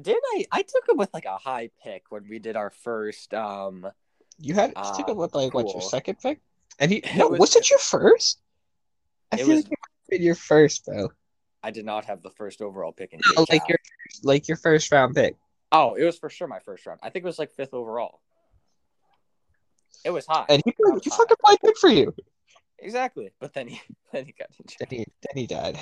Speaker 1: Did I? I took him with like a high pick when we did our first. Um,
Speaker 2: You had
Speaker 1: Ah,
Speaker 2: stick up with like what your
Speaker 1: cool.
Speaker 2: second pick, and he
Speaker 1: It
Speaker 2: no,
Speaker 1: was-
Speaker 2: was, it your first? I
Speaker 1: It
Speaker 2: feel
Speaker 1: was-
Speaker 2: like it might have been your first, bro.
Speaker 1: I did not have the first overall pick in.
Speaker 2: Oh,
Speaker 1: Jay
Speaker 2: like
Speaker 1: Cat.
Speaker 2: your like your first round pick.
Speaker 1: oh, it was for sure my first round. I think it was like fifth overall. It was high.
Speaker 2: And he,
Speaker 1: That was
Speaker 2: he
Speaker 1: high.
Speaker 2: fucking played good for you.
Speaker 1: Exactly. But then he then he got injured.
Speaker 2: Then he, then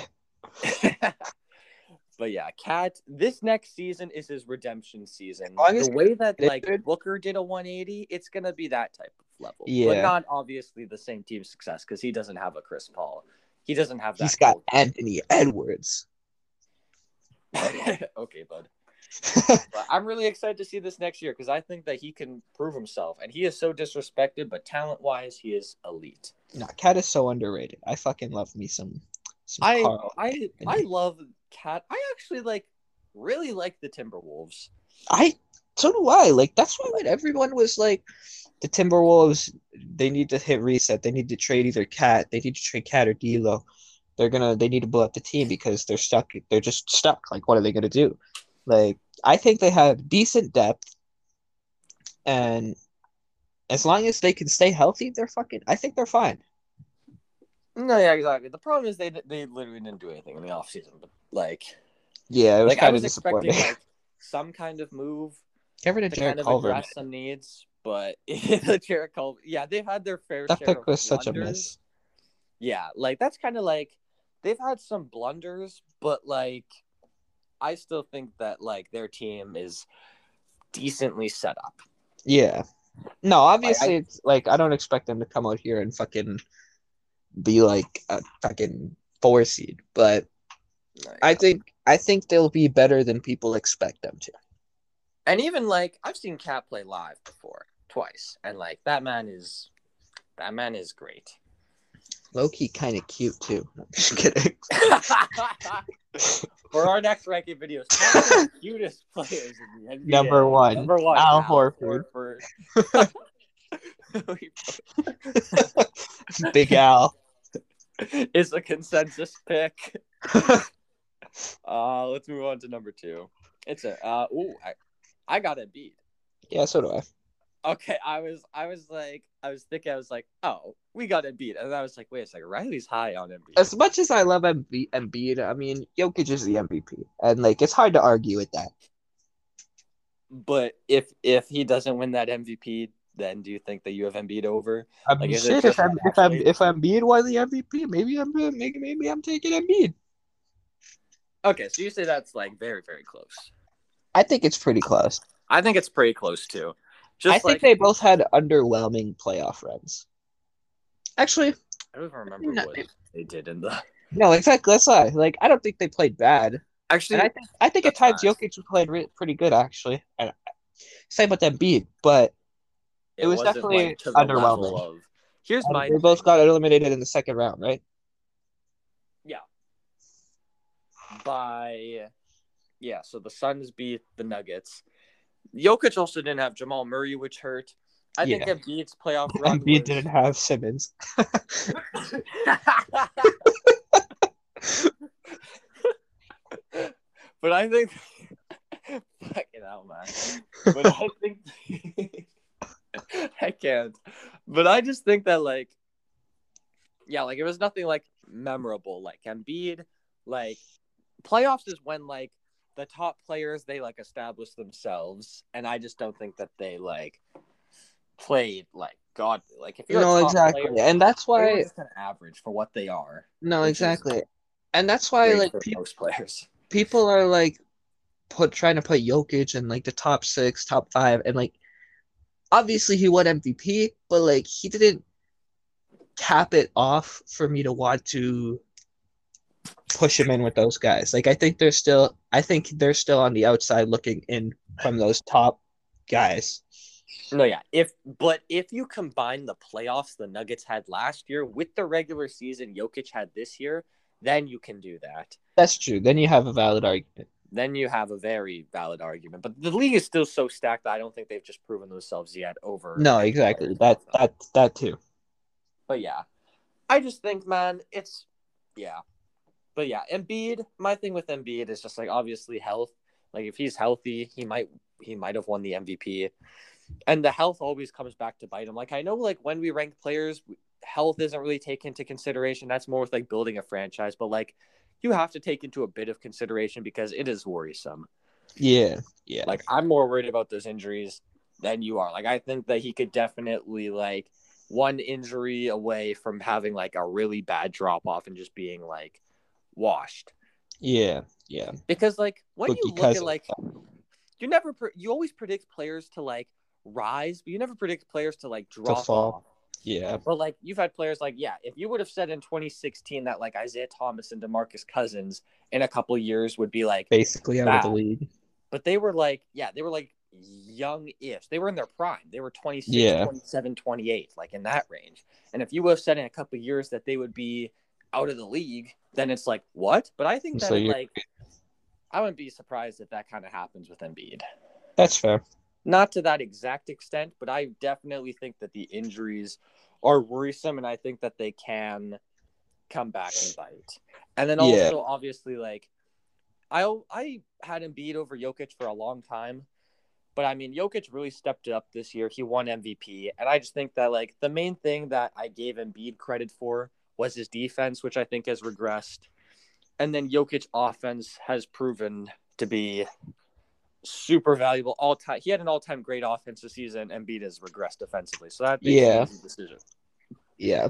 Speaker 2: he died.
Speaker 1: but yeah, Cat. This next season is his redemption season.
Speaker 2: long as
Speaker 1: the way that
Speaker 2: he's
Speaker 1: like
Speaker 2: good-
Speaker 1: Booker did a 180, it's gonna be that type of level.
Speaker 2: Yeah.
Speaker 1: But not obviously the same team success because he doesn't have a Chris Paul. He doesn't have that.
Speaker 2: He's got
Speaker 1: gold-
Speaker 2: Anthony Edwards.
Speaker 1: okay, bud. But I'm really excited to see this next year because I think that he can prove himself, and he is so disrespected, but talent-wise, he is elite.
Speaker 2: no, Cat is so underrated. I fucking love me some, some
Speaker 1: I
Speaker 2: Carl.
Speaker 1: I
Speaker 2: and
Speaker 1: I
Speaker 2: he-
Speaker 1: love Cat. I actually like really like the Timberwolves.
Speaker 2: I so do I. Like that's why when everyone was like, the Timberwolves, they need to hit reset. They need to trade either Cat. They need to trade Cat or D'Lo. They're gonna. They need to blow up the team because they're stuck. They're just stuck. Like what are they gonna do? Like I think they have decent depth, and as long as they can stay healthy, they're fucking. I think they're fine.
Speaker 1: No, yeah, exactly. The problem is they they literally didn't do anything in the offseason. But like,
Speaker 2: Yeah, it was
Speaker 1: like I
Speaker 2: kind of
Speaker 1: was expecting
Speaker 2: disappointing.
Speaker 1: like some kind of move
Speaker 2: Get rid of
Speaker 1: to kind
Speaker 2: Jared
Speaker 1: of
Speaker 2: Culver.
Speaker 1: address some needs, but the Jared Culver, yeah, they've had their fair
Speaker 2: That
Speaker 1: share.
Speaker 2: pick
Speaker 1: Of
Speaker 2: was such a
Speaker 1: blunders.
Speaker 2: mess.
Speaker 1: Yeah, like that's kind of like they've had some blunders, but like I still think that like their team is decently set up.
Speaker 2: Yeah. No, obviously, it's like I don't expect them to come out here and fucking be like a fucking four seed, but
Speaker 1: Like,
Speaker 2: I think I think they'll be better than people expect them to.
Speaker 1: and even like I've seen Cat play live before twice, and like that man is that man is great.
Speaker 2: Loki kind of cute too. I'm just kidding.
Speaker 1: For our next ranking videos, one of the cutest players in the NBA.
Speaker 2: Number one,
Speaker 1: Number one,
Speaker 2: Al Horford.
Speaker 1: Horford.
Speaker 2: Big Al.
Speaker 1: is a consensus pick. Uh, let's move on to number two. It's a uh, ooh, I, I got a beat.
Speaker 2: Yeah, so do I.
Speaker 1: Okay, I was I was like I was thinking I was like oh we got a beat, and then I was like wait a second Riley's high on Embiid.
Speaker 2: As much as I love MB- Embiid, I mean Jokic is the MVP, and like it's hard to argue with that.
Speaker 1: But if if he doesn't win that MVP, then do you think that you have Embiid over?
Speaker 2: I
Speaker 1: Like,
Speaker 2: mean,
Speaker 1: is it
Speaker 2: shit,
Speaker 1: just
Speaker 2: if I'm if I'm
Speaker 1: actually-
Speaker 2: if Embiid won the MVP, maybe I'm maybe maybe I'm taking Embiid.
Speaker 1: Okay, so you say that's like very very close.
Speaker 2: I think it's pretty close.
Speaker 1: I think it's pretty close too.
Speaker 2: I
Speaker 1: Just like
Speaker 2: think they both had underwhelming playoff runs. Actually,
Speaker 1: I don't even remember
Speaker 2: No.
Speaker 1: what they did in the.
Speaker 2: no, exactly. That's why. Like, I don't think they played bad.
Speaker 1: Actually,
Speaker 2: And I think I think at times
Speaker 1: That's
Speaker 2: Jokic played re- pretty good actually. And same with Embiid, but it was
Speaker 1: wasn't,
Speaker 2: definitely
Speaker 1: like, to the level
Speaker 2: underwhelming.
Speaker 1: Of, here's my.
Speaker 2: they both got eliminated in the second round, right?
Speaker 1: by yeah, so the Suns beat the Nuggets. Jokic also didn't have Jamal Murray, which hurt. I
Speaker 2: Yeah.
Speaker 1: think Embiid's playoff run.
Speaker 2: Embiid
Speaker 1: was-
Speaker 2: didn't have Simmons.
Speaker 1: but I think fucking hell, man. But I think I can't. But I just think that like yeah, like it was nothing like memorable. Like Embiid, like playoffs is when like the top players they like establish themselves, and I just don't think that they like played like God. Like if you're a
Speaker 2: no,
Speaker 1: top
Speaker 2: exactly,
Speaker 1: player,
Speaker 2: and that's
Speaker 1: they were
Speaker 2: why.
Speaker 1: just an average for what they are.
Speaker 2: No,
Speaker 1: which is
Speaker 2: exactly, and that's why
Speaker 1: great
Speaker 2: like
Speaker 1: for
Speaker 2: people.
Speaker 1: most players.
Speaker 2: people are like put trying to put Jokic in like the top six, top five, and like obviously he won MVP, but like he didn't cap it off for me to want to push him in with those guys. Like I think they're still I think they're still on the outside looking in from those top guys.
Speaker 1: No, yeah. If but if you combine the playoffs the Nuggets had last year with the regular season Jokic had this year, then you can do that.
Speaker 2: That's true. Then you have a valid argument.
Speaker 1: Then you have a very valid argument. But the league is still so stacked that I don't think they've just proven themselves yet over
Speaker 2: No, exactly. That that that too.
Speaker 1: But yeah, I just think, man, it's yeah. But yeah, Embiid. My thing with Embiid is just like obviously health. Like if he's healthy, he might he might have won the MVP. And the health always comes back to bite him. Like I know, like when we rank players, health isn't really taken into consideration. That's more with like building a franchise. But like you have to take into a bit of consideration because it is worrisome.
Speaker 2: Yeah. Yeah.
Speaker 1: Like I'm more worried about those injuries than you are. Like I think that he could definitely like one injury away from having like a really bad drop off and just being like washed.
Speaker 2: yeah. Yeah.
Speaker 1: Because like when
Speaker 2: But
Speaker 1: you look
Speaker 2: because
Speaker 1: at
Speaker 2: of
Speaker 1: like you never pre- you always predict players to like rise, but you never predict players to like drop
Speaker 2: fall.
Speaker 1: off.
Speaker 2: Yeah.
Speaker 1: But like you've had players like yeah, if you would have said in 2016 that like Isaiah Thomas and DeMarcus Cousins in a couple years would be like
Speaker 2: Basically out of
Speaker 1: Bad.
Speaker 2: the league.
Speaker 1: but they were like yeah they were like young-ish they were in their prime they were 26
Speaker 2: Yeah.
Speaker 1: 27 28 like in that range and if you would have said in a couple of years that they would be out of the league then it's like what but i think
Speaker 2: So
Speaker 1: that it,
Speaker 2: you're-
Speaker 1: like i wouldn't be surprised if that kind of happens with Embiid
Speaker 2: That's fair.
Speaker 1: not to that exact extent but i definitely think that the injuries are worrisome and i think that they can come back and bite and then also
Speaker 2: Yeah.
Speaker 1: obviously like I I had Embiid over Jokic for a long time, but I mean Jokic really stepped it up this year. He won MVP, and I just think that like the main thing that I gave Embiid credit for was his defense, which I think has regressed, and then Jokic offense has proven to be super valuable all time. He had an all time great offense this season. Embiid has regressed defensively, so that makes
Speaker 2: Yeah.
Speaker 1: an easy decision.
Speaker 2: Yeah.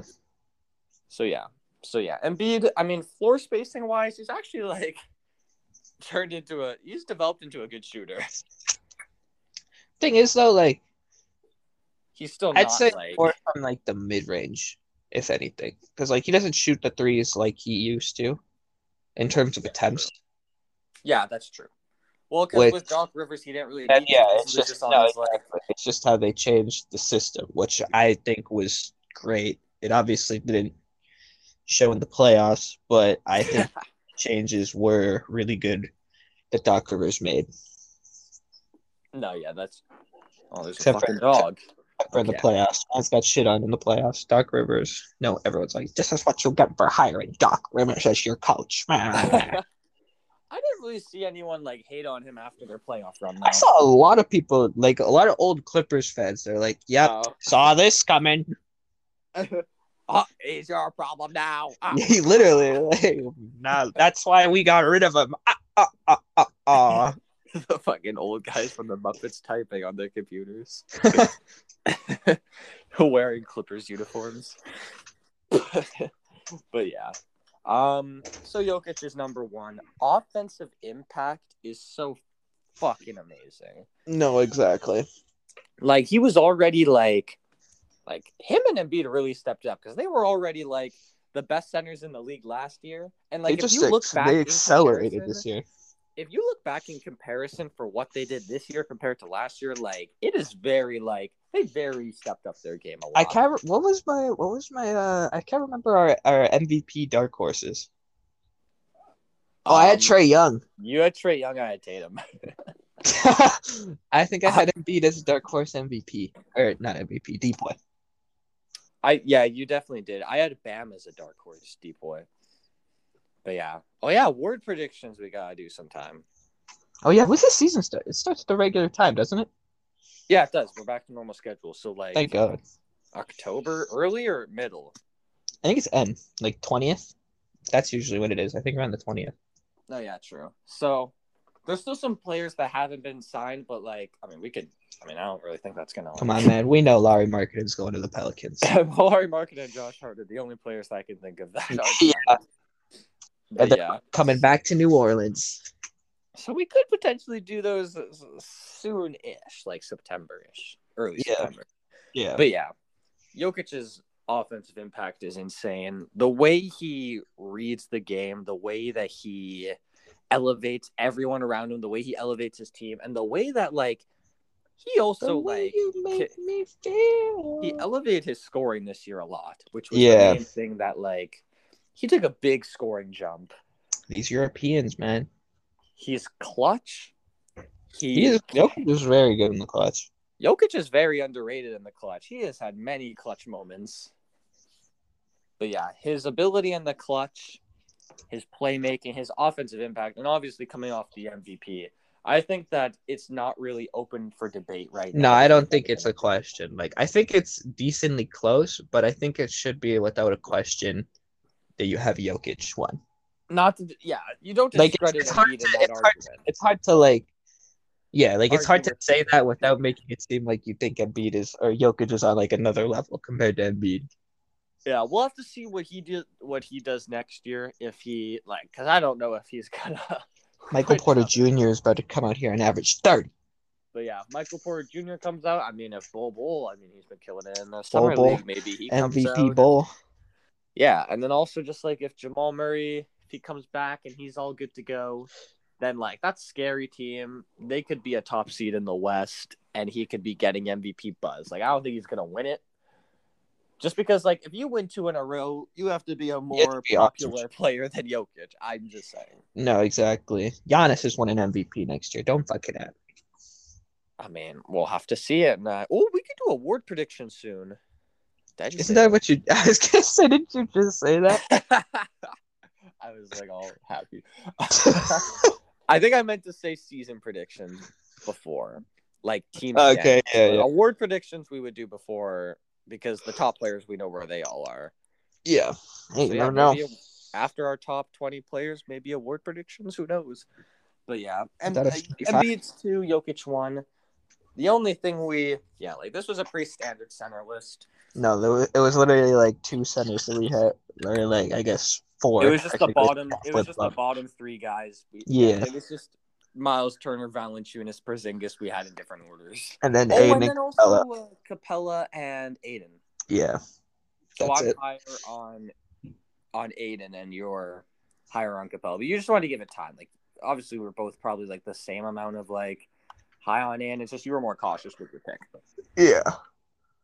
Speaker 1: So yeah. So yeah. Embiid, I mean, floor spacing wise, he's actually like turned into a he's developed into a good shooter.
Speaker 2: Thing is though, like
Speaker 1: He's still
Speaker 2: I'd
Speaker 1: not
Speaker 2: say
Speaker 1: like
Speaker 2: more from like the mid range, if anything, because like he doesn't shoot the threes like he used to, in terms of attempts.
Speaker 1: Yeah, that's true. Well, because
Speaker 2: Which-
Speaker 1: with Doc Rivers, he didn't really
Speaker 2: And
Speaker 1: need
Speaker 2: yeah,
Speaker 1: to.
Speaker 2: it's
Speaker 1: He was
Speaker 2: just
Speaker 1: on
Speaker 2: no,
Speaker 1: his, like,
Speaker 2: exactly. It's just how they changed the system, which I think was great. It obviously didn't show in the playoffs, but I think changes were really good that Doc Rivers made
Speaker 1: no, yeah, that's oh, there's a
Speaker 2: Except for-
Speaker 1: fucking dog.
Speaker 2: for the
Speaker 1: Okay.
Speaker 2: playoffs. Man's got shit on in the playoffs. Doc Rivers. No, everyone's like, this is what you get for hiring Doc Rivers as your coach. man.
Speaker 1: I didn't really see anyone like hate on him after their playoff run. Though.
Speaker 2: I saw a lot of people, like a lot of old Clippers fans. They're like, "Yep,
Speaker 1: Oh.
Speaker 2: saw this coming."
Speaker 1: oh, he's your problem now. Ah.
Speaker 2: he literally, like, nah, that's why we got rid of him. Ah, ah, ah, ah, ah.
Speaker 1: the fucking old guys from the Muppets typing on their computers, wearing Clippers uniforms. but yeah, um, so Jokic is number one. Offensive impact is so fucking amazing.
Speaker 2: no, exactly.
Speaker 1: Like he was already like, like him and Embiid really stepped up because they were already like the best centers in the league last year. And like
Speaker 2: they
Speaker 1: if
Speaker 2: just
Speaker 1: you look
Speaker 2: ex-
Speaker 1: back,
Speaker 2: they
Speaker 1: in
Speaker 2: accelerated
Speaker 1: comparison-
Speaker 2: this year.
Speaker 1: if you look back in comparison for what they did this year compared to last year, like it is very like they very stepped up their game a lot.
Speaker 2: I can't. re- What was my? What was my? Uh, I can't remember our, our MVP dark horses. Oh, I had
Speaker 1: Um,
Speaker 2: Trey Young.
Speaker 1: You had Trey Young. I had Tatum.
Speaker 2: I think I had Embiid as dark horse MVP, or not MVP, D boy.
Speaker 1: I yeah, you definitely did. I had Bam as a dark horse deep boy. But yeah, oh yeah, word predictions we gotta do sometime.
Speaker 2: Oh yeah, when's the season start? It starts at the regular time, doesn't it?
Speaker 1: Yeah, it does. We're back to normal schedule. So like
Speaker 2: Thank God.
Speaker 1: October, early or middle?
Speaker 2: I think it's N, like twentieth. That's usually what it is. I think around the twentieth.
Speaker 1: Oh yeah, true. So There's still some players that haven't been signed, but like, I mean, we could. I mean, I don't really think that's gonna.
Speaker 2: Come on, man. We know Larry Marketing's going to the Pelicans.
Speaker 1: Laurie Market and Josh Hart are the only players I can think of that. Are
Speaker 2: Yeah.
Speaker 1: signed. But
Speaker 2: Are they-
Speaker 1: yeah.
Speaker 2: Coming back to New Orleans.
Speaker 1: So we could potentially do those soon-ish, like September-ish, early
Speaker 2: Yeah.
Speaker 1: September.
Speaker 2: Yeah.
Speaker 1: But yeah, Jokic's offensive impact is insane. The way he reads the game, the way that he elevates everyone around him, the way he elevates his team, and the way that like he also like make
Speaker 2: me feel.
Speaker 1: he elevated his scoring this year a lot, which was
Speaker 2: Yeah.
Speaker 1: the main thing that like he took a big scoring jump.
Speaker 2: These Europeans, man.
Speaker 1: He's clutch. He,
Speaker 2: He is, Jokic is very good in the clutch.
Speaker 1: Jokic is very underrated in the clutch. He has had many clutch moments. But yeah, his ability in the clutch, his playmaking, his offensive impact, and obviously coming off the MVP. I think that it's not really open for debate right now.
Speaker 2: No, I don't think it's a question. Like, I think it's decently close, but I think it should be without a question that you have Jokic one.
Speaker 1: Not to, yeah, you don't
Speaker 2: Like,
Speaker 1: discredit like
Speaker 2: it's hard
Speaker 1: in
Speaker 2: to-
Speaker 1: that
Speaker 2: it's hard
Speaker 1: argument.
Speaker 2: It's hard to like, yeah, like it's hard to
Speaker 1: Argue
Speaker 2: say that without making it seem like you think Embiid is or Jokic is on like another level compared to Embiid.
Speaker 1: Yeah, we'll have to see what he did, what he does next year if he like, because I don't know if he's gonna.
Speaker 2: Michael
Speaker 1: quit
Speaker 2: Porter
Speaker 1: now.
Speaker 2: Jr. is about to come out here and average thirty.
Speaker 1: But yeah, Michael Porter Jr. comes out. I mean, if Bull Bull, I mean, he's been killing it in the summer
Speaker 2: Bull,
Speaker 1: league. Maybe he comes
Speaker 2: MVP
Speaker 1: out.
Speaker 2: bowl.
Speaker 1: Yeah, and then also just like if Jamal Murray, if he comes back and he's all good to go, then like that's scary team. They could be a top seed in the West, and he could be getting MVP buzz. Like I don't think he's gonna win it, just because like if you win two in a row, you have to be a more
Speaker 2: be awesome.
Speaker 1: popular player than Jokic. I'm just saying.
Speaker 2: No, exactly. Giannis is winning MVP next year. Don't fuck it up.
Speaker 1: I mean, we'll have to see it. And uh, oh, we could do award prediction soon. Did I just
Speaker 2: Isn't
Speaker 1: say
Speaker 2: that what you? I was gonna say, didn't you just say that?
Speaker 1: I was like all happy. I think I meant to say season predictions before, like team.
Speaker 2: Okay,
Speaker 1: standings.
Speaker 2: yeah,
Speaker 1: But
Speaker 2: yeah.
Speaker 1: Award predictions we would do before because the top players we know where they all are.
Speaker 2: yeah. Hey,
Speaker 1: So,
Speaker 2: you
Speaker 1: yeah,
Speaker 2: never know.
Speaker 1: maybe after our top twenty players, maybe award predictions. Who knows? But yeah, and
Speaker 2: That'd
Speaker 1: uh,
Speaker 2: be fun.
Speaker 1: Embiid's two, Jokic one. The only thing we yeah, like this was a pretty standard center list.
Speaker 2: No, there was, it was literally like two centers that we had, or like I guess four.
Speaker 1: it was just the
Speaker 2: technically.
Speaker 1: bottom. It was just the
Speaker 2: flip-flop.
Speaker 1: bottom three guys. We,
Speaker 2: Yeah.
Speaker 1: it was just Miles Turner, Valanciunas, Porzingis. We had in different orders.
Speaker 2: and then
Speaker 1: Oh, and
Speaker 2: Aiden.
Speaker 1: then also uh, Capella and Aiden.
Speaker 2: Yeah,
Speaker 1: So
Speaker 2: That's
Speaker 1: I'm
Speaker 2: it.
Speaker 1: higher on on Aiden, and you're higher on Capella. But you just want to give it time. Like obviously, we're both probably like the same amount of like high on Aiden. It's just you were more cautious with your pick.
Speaker 2: yeah.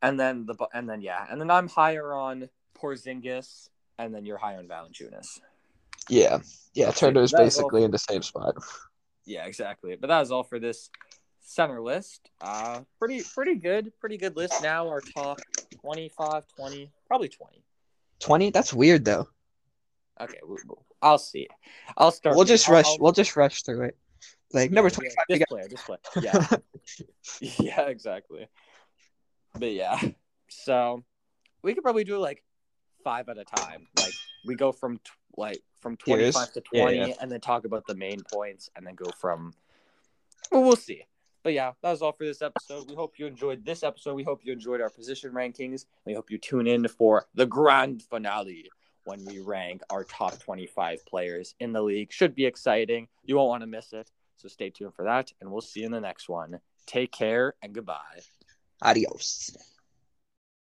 Speaker 1: And then the bu- and then yeah, and then I'm higher on Porzingis, and then you're higher on Valanciunas.
Speaker 2: Yeah. Yeah, Turner is
Speaker 1: That was
Speaker 2: basically in the same spot.
Speaker 1: Yeah, exactly. But that is all for this center list. Uh, pretty pretty good, pretty good list now. Our top 25, 20, probably 20.
Speaker 2: 20? That's weird though.
Speaker 1: Okay, we, we- I'll see. I'll start.
Speaker 2: We'll just
Speaker 1: I'll-
Speaker 2: rush
Speaker 1: I'll-
Speaker 2: we'll just rush through it. Like number
Speaker 1: yeah,
Speaker 2: 25. we
Speaker 1: This
Speaker 2: got-
Speaker 1: player, this player. Yeah, yeah, exactly. But yeah, so we could probably do like five at a time. Like we go from tw- like from
Speaker 2: Tiers?
Speaker 1: 25 to
Speaker 2: Yeah,
Speaker 1: 20 and then talk about the main points and then go from well we'll see but yeah that was all for this episode we hope you enjoyed this episode we hope you enjoyed our position rankings we hope you tune in for the grand finale when we rank our top 25 players in the league should be exciting you won't want to miss it so stay tuned for that and we'll see you in the next one take care and goodbye
Speaker 2: Adios.